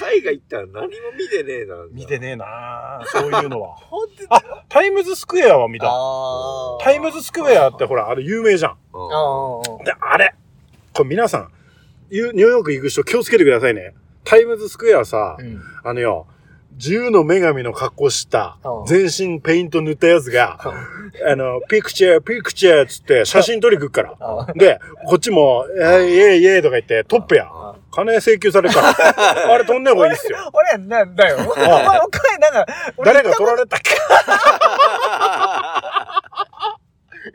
Speaker 2: 海外行ったら何も見てねえな。
Speaker 3: 見てねえなそういう のは。
Speaker 1: ほんと
Speaker 3: タイムズスクエアは見た。
Speaker 1: あ
Speaker 3: タイムズスクエアってほら、あれ有名じゃん。
Speaker 1: あ
Speaker 2: あ
Speaker 1: あ。
Speaker 3: で、あれこれ皆さん、ゆニューヨーク行く人気をつけてくださいね。タイムズスクエアさ、
Speaker 1: うん。
Speaker 3: あのよ、自由の女神の格好した
Speaker 1: う、ん
Speaker 3: 全身ペイント塗ったやつが、あの、ピクチャー、ピクチャーっつって写真撮りに来くっから。
Speaker 1: あ
Speaker 3: で、こっちも、えー、イエイイエイとか言ってトップや
Speaker 2: あ。
Speaker 3: 金請求され るから。あれ飛んねえ方がいいっすよ。
Speaker 1: 俺、なんだよ。お前、お金、なんか、俺
Speaker 3: 誰が取られたっけ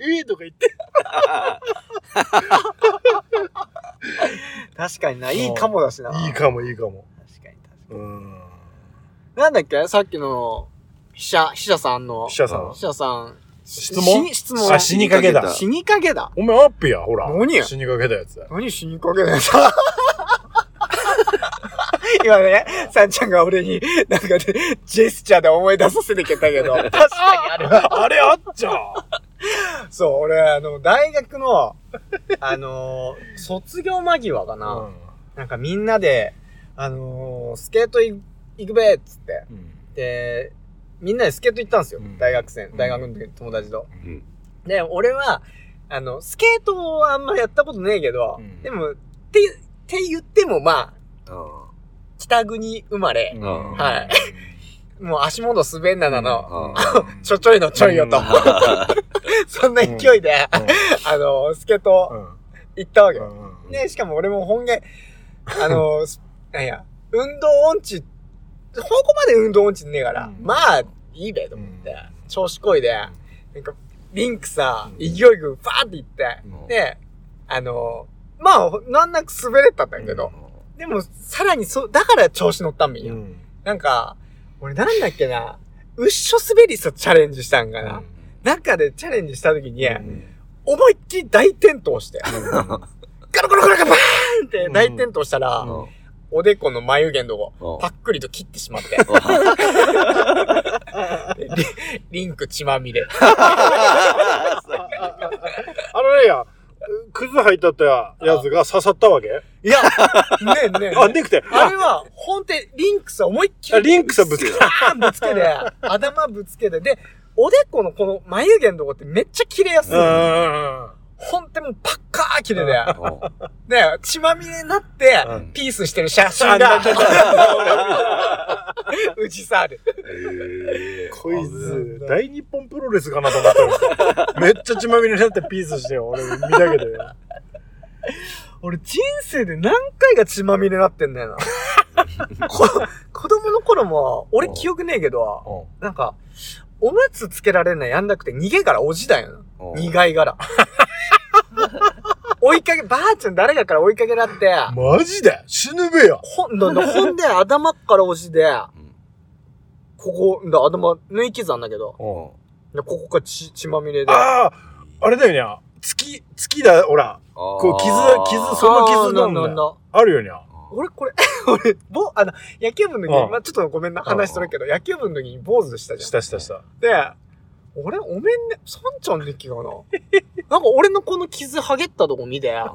Speaker 3: ええとか言って。
Speaker 1: 確かにな、いいかもだしな。
Speaker 3: いいかも、いいかも。
Speaker 1: 確かに確か
Speaker 3: う
Speaker 1: に。
Speaker 3: ん。
Speaker 1: なんだっけさっきの、筆者、筆者さんの、
Speaker 3: 記者さん。
Speaker 1: 筆者さん、
Speaker 3: 質問
Speaker 1: し質問
Speaker 3: あ、死にかけだ。
Speaker 1: 死にかけだ。
Speaker 3: お前アップや、ほら。
Speaker 1: 何や
Speaker 3: 死にかけたやつだ。
Speaker 1: 何死にかけだよ。 今ね、さんちゃんが俺に、なんかね、ジェスチャーで思い出させてきたけど、確かにあれ
Speaker 3: あれあっちゃ
Speaker 1: そう、俺、あの、大学の、あのー卒業間際かな、
Speaker 3: うん。
Speaker 1: なんかみんなで、あのースケートい行くべっつって、で、みんなでスケート行ったんですよ。
Speaker 3: うん
Speaker 1: 大学生、
Speaker 3: ん
Speaker 1: 大学の時の友達と。
Speaker 2: うん
Speaker 1: で、俺は、あの、スケートはあんまやったことねえけど、
Speaker 3: うん
Speaker 1: でも、って、って言ってもまあ、
Speaker 2: あ
Speaker 1: 北国生まれ、
Speaker 2: ん
Speaker 1: はいもう足元滑んななの、
Speaker 2: あ
Speaker 1: ちょちょいのちょいよと、
Speaker 3: うん
Speaker 1: そんな勢いで、あの、スケート行ったわけ。
Speaker 3: うん
Speaker 1: ね、しかも俺も本気、あの ー、すなんや、運動音痴、そこまで運動音痴ねえから、
Speaker 3: うん
Speaker 1: まあ、いいべと思って、
Speaker 3: うん
Speaker 1: 調子こいで、なんか、リンクさ、勢いよくバーって行って、
Speaker 2: うん
Speaker 1: で、あのー、まあ、なんなく滑れたんだけど、でも、さらにそ、だから調子乗ったんみん
Speaker 3: う
Speaker 1: よ。
Speaker 3: ん
Speaker 1: なんか、俺なんだっけな、うっしょ滑りさチャレンジしたんかな。中でチャレンジした時に、思いっきり大転倒して、ガラガラガラガラバーンって大転倒したら、
Speaker 3: うん
Speaker 1: おでこの眉毛のと
Speaker 2: う
Speaker 1: こ
Speaker 2: ん、
Speaker 1: パックリと切ってしまって、 リリンク血ま みれ。
Speaker 3: あのねや、クズ入ったってやつが刺さったわけ
Speaker 1: いや、ねえねえねえ
Speaker 3: あ、でくて。
Speaker 1: あれは、ほんとにリンクさ、思いっき
Speaker 3: あ
Speaker 1: り、
Speaker 3: リンクさぶつけた。
Speaker 1: バーンぶつけて、 頭ぶつけて、で、おでこのこの眉毛のとこってめっちゃ切れやすい。
Speaker 3: うん。
Speaker 1: ほんとにもうパッカー切れて、で、血まみれになって
Speaker 3: うん、
Speaker 1: ピースしてる写真が、 うちさある。
Speaker 3: こいつ、大日本プロレスかなと思ったよめっちゃ血まみれになってピースしてよ。俺見たけどよ。
Speaker 1: 俺人生で何回が血まみれなってんだよ な。こ子供の頃も、俺記憶ねえけど、なんか、おむつつけられるのやんなくて逃げからおじだよな。苦い から。追いかけ、ばあちゃん誰かから追いかけられて、
Speaker 3: マジで死ぬべや。
Speaker 1: ほんだ、ほんで頭からおじで、ここ、だ頭抜い傷あんだけど、でここが血血まみれで。
Speaker 3: ああ、あれだよにゃ。月、月だ、ほら。こう傷傷その傷なんだよ
Speaker 1: あーだ。
Speaker 3: あるよにゃ。
Speaker 1: 俺、これ、 俺、ぼ、あの、野球部の時
Speaker 3: うん
Speaker 1: に、まあちょっとごめんな、話しとるけど、野球部の時に坊主でしたじゃん
Speaker 3: し。たしたした。
Speaker 1: で、俺、おめんね、サンちゃんできがな。 なんか俺のこの傷はげったとこ見て、なんか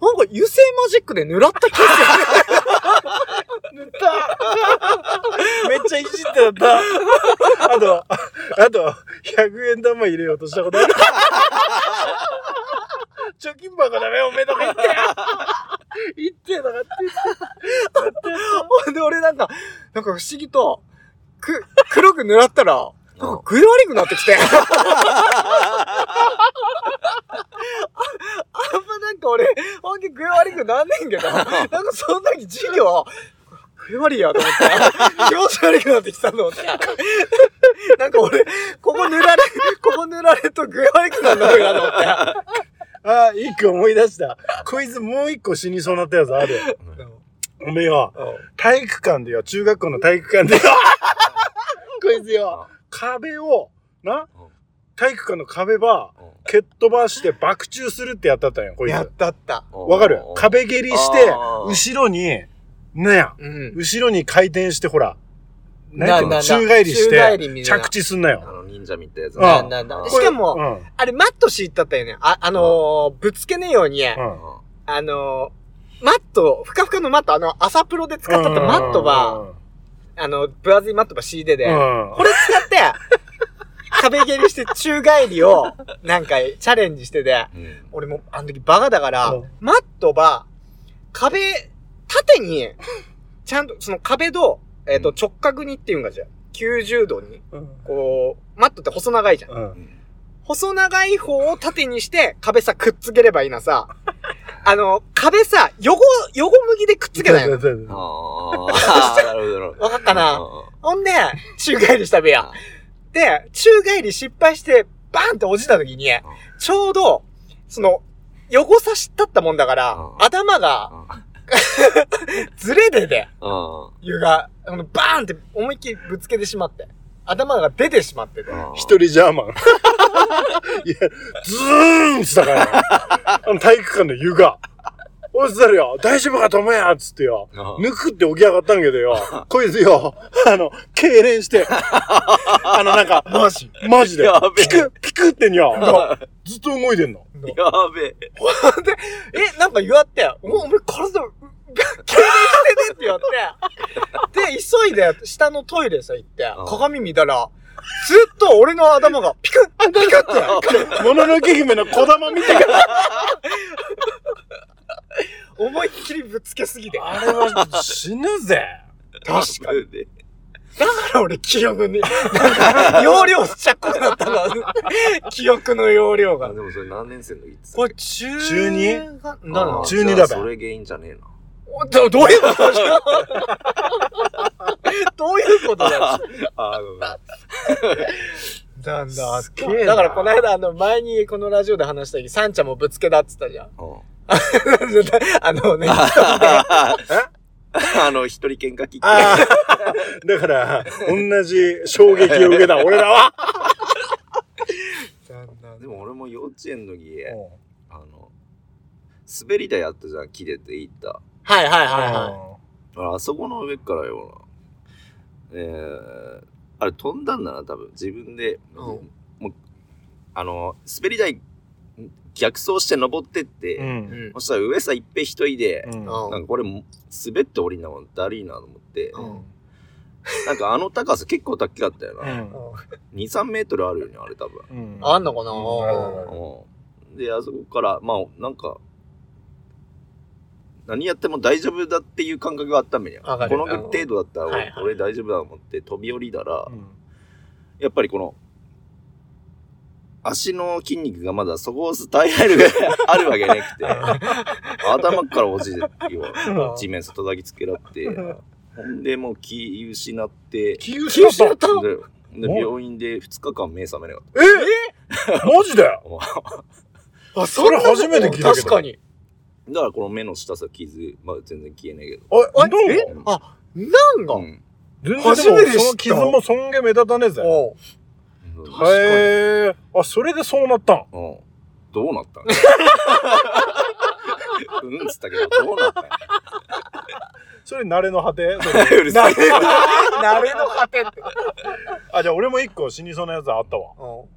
Speaker 1: 油性マジックで狙った傷
Speaker 3: めっちゃいじってた。あと、あと、100円玉入れようとしたことある。貯金箱だめ、おめとか言って。言ってなかった。
Speaker 1: ほん で俺なんか、なんか不思議と、く、黒く狙ったら、なんか具合悪くなってきて。あ あんまなんか俺、ほんと具合悪くなんねんけど、なんかその時授業、具合悪いやと思って、気持ち悪くなってきたと思って。 なんか俺、ここ塗られ、ここ塗られると具合悪くなるんだろうなと思って。
Speaker 3: ああ、一個思い出した。こいつもう一個死にそうなったやつある。おめえよ、体育館でよ、中学校の体育館でよ、こいつよ、壁を、
Speaker 2: う
Speaker 3: な
Speaker 2: ん、
Speaker 3: 体育館の壁ば、蹴っ飛ばして爆中するってやったったんよ、こい
Speaker 1: やっ
Speaker 3: つ。
Speaker 1: たった。
Speaker 3: わかる壁蹴りして、
Speaker 2: あー
Speaker 3: 後ろに、ねや、
Speaker 1: うん。
Speaker 3: 後ろに回転して、ほら、ね
Speaker 1: なな
Speaker 3: 宙返りし
Speaker 1: 宙返り
Speaker 3: て、
Speaker 1: みたいな
Speaker 3: 着地すんな
Speaker 2: あ
Speaker 3: よ。
Speaker 2: の忍者みたいなやつ
Speaker 1: な
Speaker 3: あー
Speaker 1: んだなんだ。
Speaker 2: こ
Speaker 1: し
Speaker 2: れ
Speaker 1: かも
Speaker 3: う、ん。うん。
Speaker 1: あれ、マット敷いたったよね。あ、あのー、ぶつけねえように、あのー、マット、ふかふかのマット、あの、朝プロで使ったったマットば、あの、分厚いマットば敷いて
Speaker 3: う
Speaker 1: で、
Speaker 3: ん、
Speaker 1: これ使って、壁蹴りして宙返りを、なんか、チャレンジしてて、俺もうあの時バカだから、
Speaker 3: うん
Speaker 1: マットば、壁、縦に、ちゃんと、その壁と、えっ、と、
Speaker 2: うん
Speaker 1: 直角にっていうんかじゃん。90度に、
Speaker 3: うん。
Speaker 1: こう、マットって細長いじゃん。
Speaker 3: うん。
Speaker 1: 細長い方を縦にして、壁さ、くっつければいいなさ。あの、壁さ、横、横麦でくっつけないの。
Speaker 3: うん
Speaker 2: ああ、なるほど、なるほど。
Speaker 1: わかったな。ほんで、宙返りしたべや。で、宙返り失敗して、バーンって落ちた時に、ちょうど、その、横差し立ったもんだから、
Speaker 2: うん
Speaker 1: 頭がずれてて、
Speaker 2: うん。
Speaker 1: 湯が、あのバーンって思いっきりぶつけてしまって、頭が出てしまってて。
Speaker 2: うん。
Speaker 3: 一人ジャーマン。 いや、ズーンっつったから。あの体育館の湯が。おいつだるよ、大丈夫かと思えやっつってよ。
Speaker 2: うん
Speaker 3: ぬくって起き上がったんけどよ。こいつよ、あの、痙攣して。あの、なんか、
Speaker 1: マジ
Speaker 3: マジで
Speaker 2: や。べえ
Speaker 3: ピク、ピクってにゃ。ずっと動いてんの。
Speaker 2: やべえ。
Speaker 1: え、なんか言われて、おお前体、う痙攣してねって言われ て、で、急いで下のトイレさ行って
Speaker 2: うん、
Speaker 1: 鏡見たら、ずっと俺の頭がピクッピクッって、
Speaker 3: もののけ姫の小玉みたいな。
Speaker 1: 思いっきりぶつけすぎて。だ
Speaker 3: あれは死ぬぜ。
Speaker 1: 確
Speaker 2: かに。
Speaker 1: から俺記憶に、なんか容量ちゃっこくなったな。記憶の容量
Speaker 2: あ、
Speaker 1: が
Speaker 2: で。もそれ何年生の時言ってた
Speaker 1: これ中
Speaker 3: 中二
Speaker 1: がなの
Speaker 2: あー
Speaker 3: 中二
Speaker 2: じゃあ
Speaker 3: だべ
Speaker 2: それ原因じゃねえな。
Speaker 1: おどどういうことだよどういうことだよ
Speaker 2: ああ、
Speaker 1: なんだ
Speaker 3: すげえな
Speaker 1: だからこの間、あの、前にこのラジオで話した時、サンちゃんもぶつけだって言ったじゃん。
Speaker 2: うん。
Speaker 1: あのね、
Speaker 2: あの、一人喧嘩切って。
Speaker 3: ああ。 だから、同じ衝撃を受けた、俺らは。
Speaker 2: でも俺も幼稚園の時、あの、滑り台あったじゃん、木でて行った。
Speaker 1: はいはいはいは
Speaker 2: ああそこの上からよな。えー、あれ飛んだんだな、多分。自分で。もう、あの、滑り台、逆走して登ってって、
Speaker 1: い。うん。
Speaker 2: そしたら上さ、いっぺん一人で、
Speaker 3: うん
Speaker 1: うん
Speaker 2: なんかこれ、滑って降りんなもん、だりーなと思って、
Speaker 1: うん
Speaker 2: なんかあの高さ結構高かったよな。
Speaker 3: ん
Speaker 2: 2、3メートルあるよね、あれ多分。
Speaker 3: うん
Speaker 1: あんのかな
Speaker 2: うんで、あそこから、まあ、なんか、何やっても大丈夫だっていう感覚があっためにゃ。
Speaker 1: わかる
Speaker 2: この程度だったら俺,、
Speaker 1: はいはい
Speaker 2: 俺大丈夫だと思って飛び降りたら、
Speaker 3: うん
Speaker 2: やっぱりこの、足の筋肉がまだそこを耐えられるあるわけなくて、頭から落ちてるよ。地面叩きつけらって、ほんでもう気失って、
Speaker 3: 気失った
Speaker 1: た
Speaker 2: でで病院で2日間目覚めなかっ
Speaker 3: えマジで
Speaker 1: あ、
Speaker 3: それ初めて聞いたけど
Speaker 1: 確かに。
Speaker 2: た。だからこの目の下さ傷、まあ全然消えないけど。
Speaker 3: あ、なんか
Speaker 1: え
Speaker 2: うん
Speaker 1: あ、なんだ
Speaker 2: うん
Speaker 3: 全然
Speaker 1: 初めて知
Speaker 3: で
Speaker 1: った
Speaker 3: もその傷もそんげ目立たねえぜ。
Speaker 1: おう
Speaker 2: へえ。
Speaker 3: へえ。あ、それでそうなったん
Speaker 2: うんどうなったんうんっつったけど、どうなったん
Speaker 3: それ慣れの果てそれ
Speaker 2: うるさい。
Speaker 1: 慣れの果てって。
Speaker 3: あ、じゃあ俺も一個死にそうなやつあったわ。
Speaker 1: おう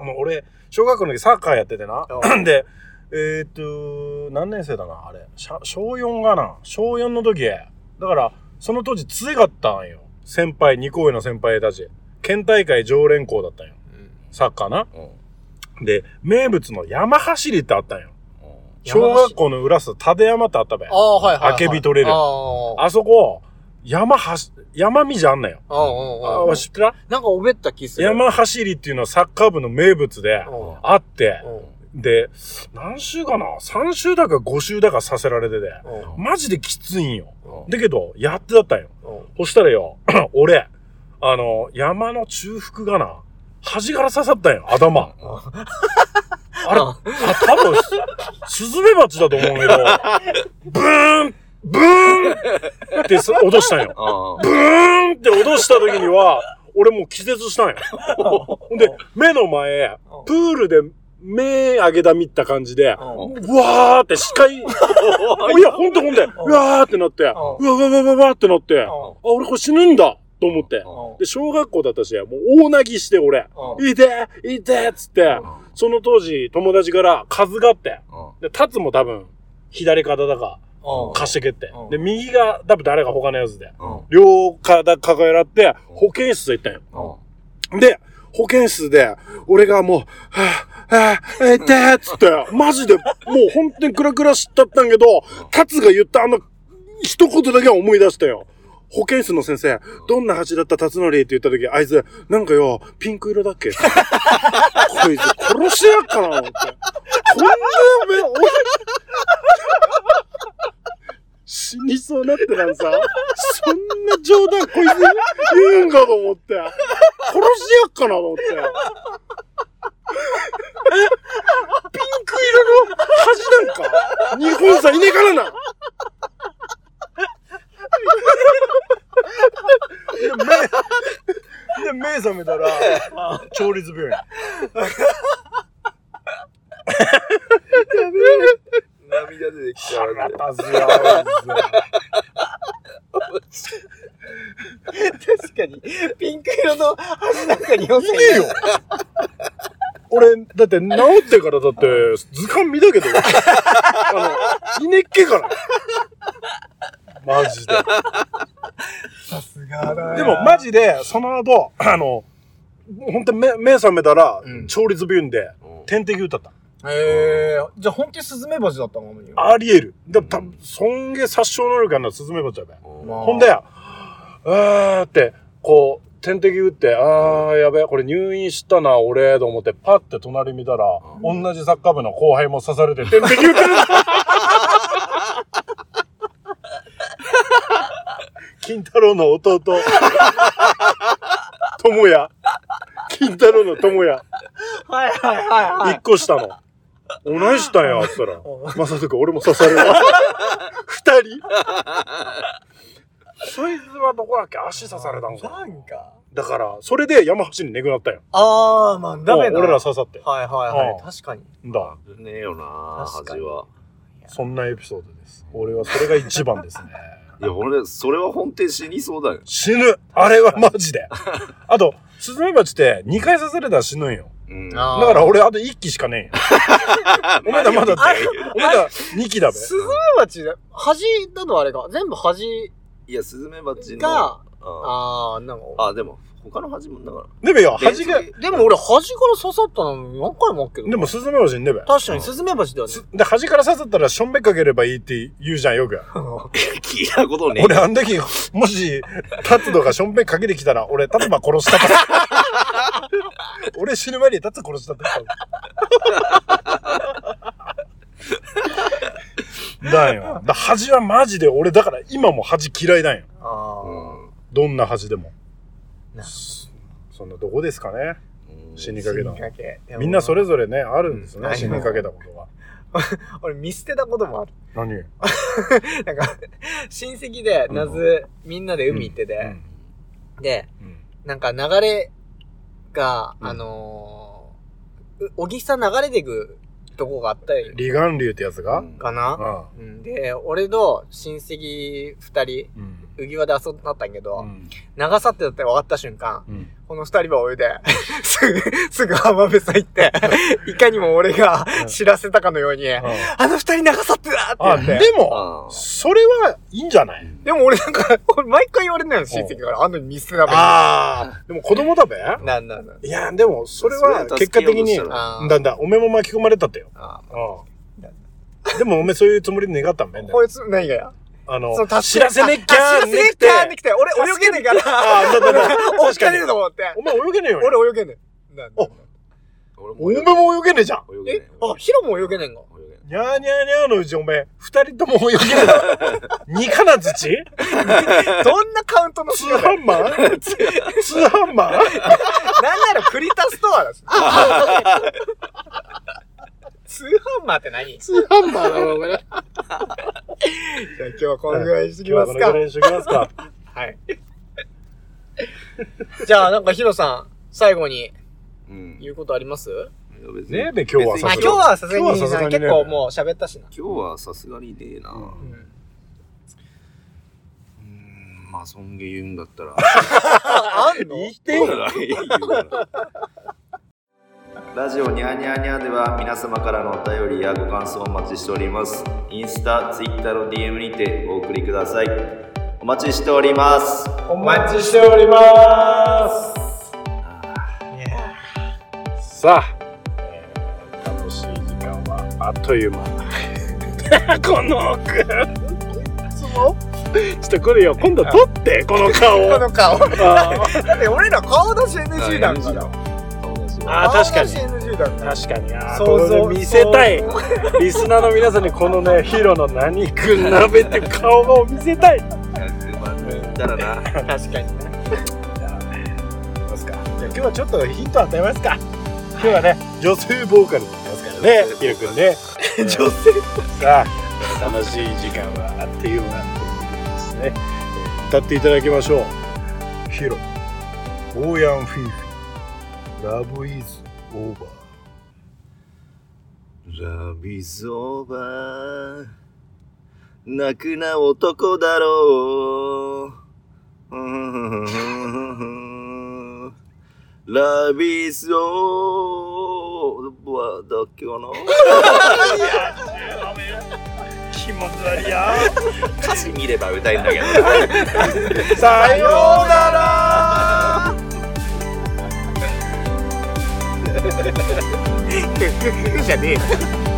Speaker 3: あの、俺、小学校の時サッカーやっててな。
Speaker 1: う
Speaker 3: で、えーっと、何年生だな、あれ。しゃ小4がな、小4の時、だから、その当時強かったんよ。先輩、二校上の先輩たち。県大会常連校だったんよ。サッカーな。
Speaker 2: うんうん
Speaker 3: で、名物の山走りってあったんよ。小
Speaker 1: 山走り
Speaker 3: 学校の裏す、立山ってあったべ
Speaker 1: あ。あ、はいはいはい。
Speaker 3: あけび取れる
Speaker 1: ああ、あ
Speaker 3: あそこ、山はし、山道あんなよ。
Speaker 1: あ、ああ
Speaker 3: あ、
Speaker 1: ああ
Speaker 3: 知ってた
Speaker 1: なんかおべった気する。
Speaker 3: 山走りっていうのはサッカー部の名物で、
Speaker 1: おう
Speaker 3: あって、
Speaker 1: おう
Speaker 3: で、何週かな ?3 週だか5週だかさせられてて、
Speaker 1: おう
Speaker 3: マジできついんよ。
Speaker 2: うん
Speaker 3: だけど、やってだったんよ。
Speaker 1: おう
Speaker 3: そしたらよ、 俺、あの、山の中腹がな、端から刺さったんよ、頭。あれ、
Speaker 1: うん
Speaker 3: あ多分、すスズメバチだと思うんだけど、ブーンブーンってす落としたんよ。
Speaker 2: あ
Speaker 3: ブーンって落とした時には、俺もう気絶したんよ。ほんで、目の前、プールで目上げたみった感じで、
Speaker 1: おう
Speaker 3: うわーって視界、いや、ほんとほんで、うわーってなって、うわ
Speaker 1: う
Speaker 3: うわうわうわうわってなって、あ、
Speaker 1: おう
Speaker 3: 俺これ死ぬんだと思って。
Speaker 1: おう
Speaker 3: で、小学校だったし、もう大泣きして俺、
Speaker 1: おう
Speaker 3: いてえいてえっつって、その当時友達から数があって、で、タツも多分、左肩だか、
Speaker 1: おう
Speaker 3: 貸してけって
Speaker 1: う。ん
Speaker 3: で、右が多分誰か他のやつで。両肩抱えらって、保健室へ行ったんよ。で、保健室で、俺がもう、はぁ、はぁ、えってーっつって、マジで、もう本当にクラクラしちゃったんけど、タツが言ったあの、一言だけは思い出したよ。保健室の先生、どんな橋だったタツノリって言った時、あいつ、なんかよ、ピンク色だっけこいつ殺しやっかな思って。こんな目、俺、死にそうなってなんさ、そんな冗談こいつ言うんかと思って。殺しやっかなと思って。ピンク色の恥なんか、日本さんいねえからな。
Speaker 4: で、目、で、目覚めたら、調律病院。
Speaker 2: 涙出てきたわ
Speaker 4: 腹立つよ。あ
Speaker 1: 確かに。ピンク色の橋なんか日本
Speaker 4: いついねえよ。
Speaker 3: 俺、だって治ってからだって、図鑑見たけど、あの、いねっけから。マジで。
Speaker 4: さすがだ
Speaker 3: でもマジで、その後、あの、本当に目目覚めたら、
Speaker 4: うん
Speaker 3: 調律病院で点滴打ったった。
Speaker 4: えー、じゃあ本当にスズメバチだったのマに。
Speaker 3: あり得る。でも多
Speaker 2: う
Speaker 3: 分、尊厳殺傷能力あるのはスズメバチだべ。
Speaker 4: あー
Speaker 3: ほんで、あーって、こう、点滴打って、あー、やべえ、これ入院したな、俺、と思って、パッて隣見たら、
Speaker 2: うん
Speaker 3: 同じサッカー部の後輩も刺されて、点滴 打ってる金太郎の 弟、友也。金太郎の友也、
Speaker 1: はいはいはいはい
Speaker 3: 一。個下の。お、何したんや、つったら。まさとくん、俺も刺されるわ。二人。そいつはどこだっけ足刺されたんか。
Speaker 4: なんか。
Speaker 3: だから、それで山橋に寝ぐなったんよ。
Speaker 1: あー、まあ、ダメだ。
Speaker 3: 俺ら刺さって。
Speaker 1: はいはいは
Speaker 3: う
Speaker 1: い。確かに。
Speaker 3: だ。
Speaker 2: ねえよな
Speaker 1: 確かに
Speaker 2: 恥は。
Speaker 3: そんなエピソードです。俺はそれが一番ですね。
Speaker 2: いや、俺、それは本当に死にそうだよ。
Speaker 3: 死ぬあれはマジで。あと、スズメバチって2回刺されたら死ぬんよ。
Speaker 2: うん
Speaker 1: あ
Speaker 3: だから俺あと1機しか ねえんよ。お前らまだだよ、お前ら2機だべ。
Speaker 1: スズメバチだ、端なのあれが、全部端
Speaker 2: いや、スズメバチの。
Speaker 1: が、
Speaker 2: あ
Speaker 1: あー、なんか。
Speaker 2: あ、でも、他の恥も、だから。
Speaker 3: ねべよ、恥が。
Speaker 2: で
Speaker 1: でも俺端から刺さったの何回もあっけど。
Speaker 3: でもスズメバチにねべ。
Speaker 1: 確かにスズメバチだよね。
Speaker 3: すで、端から刺さったらしょんべかければいいって言うじゃん、よく。
Speaker 2: 聞いたことねえ
Speaker 3: 俺、あの時、もし、タツドがしょんべんかけてきたら、俺、タツバ殺したから。俺死ぬ前にタツ殺したって言っただよ。だ恥はマジで、俺、だから今も恥嫌いなんよ。
Speaker 1: あ
Speaker 2: う
Speaker 1: ー。
Speaker 2: ん
Speaker 3: どんな恥でも。
Speaker 1: なる
Speaker 3: そそんなとこですかね。
Speaker 2: うん
Speaker 3: 死にかけだ。
Speaker 1: 死にかけ
Speaker 3: みんなそ
Speaker 1: れ。
Speaker 3: れぞれね、あるんです
Speaker 1: う
Speaker 3: ね。
Speaker 1: ん
Speaker 3: 死にかけたことが。
Speaker 1: 俺見捨てたこともある。
Speaker 3: 何
Speaker 1: なんか、 親戚で、なず、みんなで海行ってて、で、
Speaker 3: うん
Speaker 1: なんか流れが、
Speaker 3: うん
Speaker 1: あのー、う小木さん流れてくとこがあったよ、
Speaker 3: 離岸流ってやつが
Speaker 2: うん
Speaker 1: か
Speaker 3: う
Speaker 1: な、
Speaker 3: ん。
Speaker 1: うん、で、俺の親戚二人、
Speaker 3: うん。
Speaker 1: 浮輪で遊んだったんやけど、
Speaker 3: うん
Speaker 1: 流さってたって分かった瞬間、
Speaker 3: うん
Speaker 1: この二人は泳いで、 すぐ、すぐ浜辺さ行 って、いかにも俺が
Speaker 3: うん
Speaker 1: 知らせたかのように、あの二人流さってた
Speaker 3: あ、
Speaker 1: って言
Speaker 3: で
Speaker 1: って。
Speaker 3: も、
Speaker 2: あー
Speaker 3: それはいいんじゃない
Speaker 1: でも俺なんか、俺毎回言われるのよ、親戚から。あの見捨てたべ。
Speaker 3: ああ、でも子供だべ
Speaker 1: なんなんなん。
Speaker 3: いや、でも、それは
Speaker 2: それは
Speaker 3: 結果的に、
Speaker 2: 助けようとし
Speaker 1: あー
Speaker 3: だんだん、おめも巻き込まれたってよ。
Speaker 1: あ
Speaker 3: でも、おめそういうつもりで願ったん
Speaker 1: ー
Speaker 3: べんだよ
Speaker 1: こいつ、何がや
Speaker 3: あの
Speaker 1: そ、の
Speaker 3: 知らせねっきゃー
Speaker 1: あ知らせね
Speaker 3: ね
Speaker 1: っ
Speaker 3: く
Speaker 1: き
Speaker 3: て
Speaker 1: ゃ、ーねきて。俺泳げねえ から。
Speaker 3: あー、だだだ。
Speaker 1: 追っかれると思って。
Speaker 3: お前泳げねえよ。
Speaker 1: 俺泳げねえ。なんだ
Speaker 3: お
Speaker 2: 俺
Speaker 3: おめも泳げねえじゃん。
Speaker 2: 泳げ
Speaker 1: え
Speaker 2: ね、
Speaker 1: あ、ヒロも泳げねえんか。
Speaker 2: 泳げね
Speaker 3: にゃーにゃーにゃーのうち、おめ、二人とも泳げねえだろ。二かな土
Speaker 1: どんなカウントの
Speaker 3: ツ
Speaker 1: 仕
Speaker 3: ー
Speaker 1: 方
Speaker 3: ハンマーツーハンマー
Speaker 1: なんならクリタストア だし。通販マーって何じゃ
Speaker 3: ツーハンマーだろ、お 前。
Speaker 1: あ今日はこのぐらいにしてきます
Speaker 3: 今日はこの
Speaker 1: か
Speaker 3: ぐ。らいにしときま すか。
Speaker 1: はい。じゃあなんかヒロさん、最後に
Speaker 2: うん。
Speaker 1: 言うことあります
Speaker 2: いや別に
Speaker 3: ねえべ、今日は
Speaker 2: 別
Speaker 1: ま
Speaker 2: に
Speaker 1: あ
Speaker 3: さすがに
Speaker 1: 今日はさすがに
Speaker 3: 今
Speaker 1: 結
Speaker 3: 日はさすがにね
Speaker 1: 構もう喋ったしな。
Speaker 2: 今日はさすがにねえな。
Speaker 3: う
Speaker 2: うん
Speaker 1: ん
Speaker 2: ーん、まあ、尊厳言うんだった
Speaker 1: あ、
Speaker 2: ら。
Speaker 1: あんの
Speaker 2: 言うなら言うなら ラジオニャーニャーニャーでは皆様からのお便りやご感想をお待ちしております。インスタ、ツイッターの DM にてお送りください。お待ちしております。
Speaker 3: お待ちしております
Speaker 1: いや
Speaker 3: さあ、えー楽しい時間はあっとい う間この奥ちょっとこれよ今度撮ってこの顔
Speaker 1: この顔。だ
Speaker 3: あ
Speaker 1: って俺ら顔出し NG なんか
Speaker 2: だ
Speaker 1: ら。
Speaker 3: あー確か
Speaker 1: 顔出
Speaker 3: に
Speaker 1: し NG だから。
Speaker 3: 確かにあー
Speaker 1: 想
Speaker 3: こ
Speaker 1: 像
Speaker 3: れね見せたいリスナーの皆さんにこのねヒロの何君鍋っていう顔を見せたい
Speaker 2: だからな。
Speaker 1: 確かにね。
Speaker 3: じゃあ今日はちょっとヒント与えますか今日はね、女性ボーカルでいきますからね、ひろくんね。
Speaker 1: 女性
Speaker 3: さあ、楽しい時間はあっという間ですね。歌っていただきましょう。
Speaker 4: ヒロ、オーヤンフィーフィ、ラブイズオーバー。
Speaker 2: Love is over 泣くな男だろううん Love is over だっけかな
Speaker 4: 気持ち悪いや。
Speaker 2: 歌詞見れば歌えるんだけど
Speaker 3: さようなら
Speaker 2: じゃねえ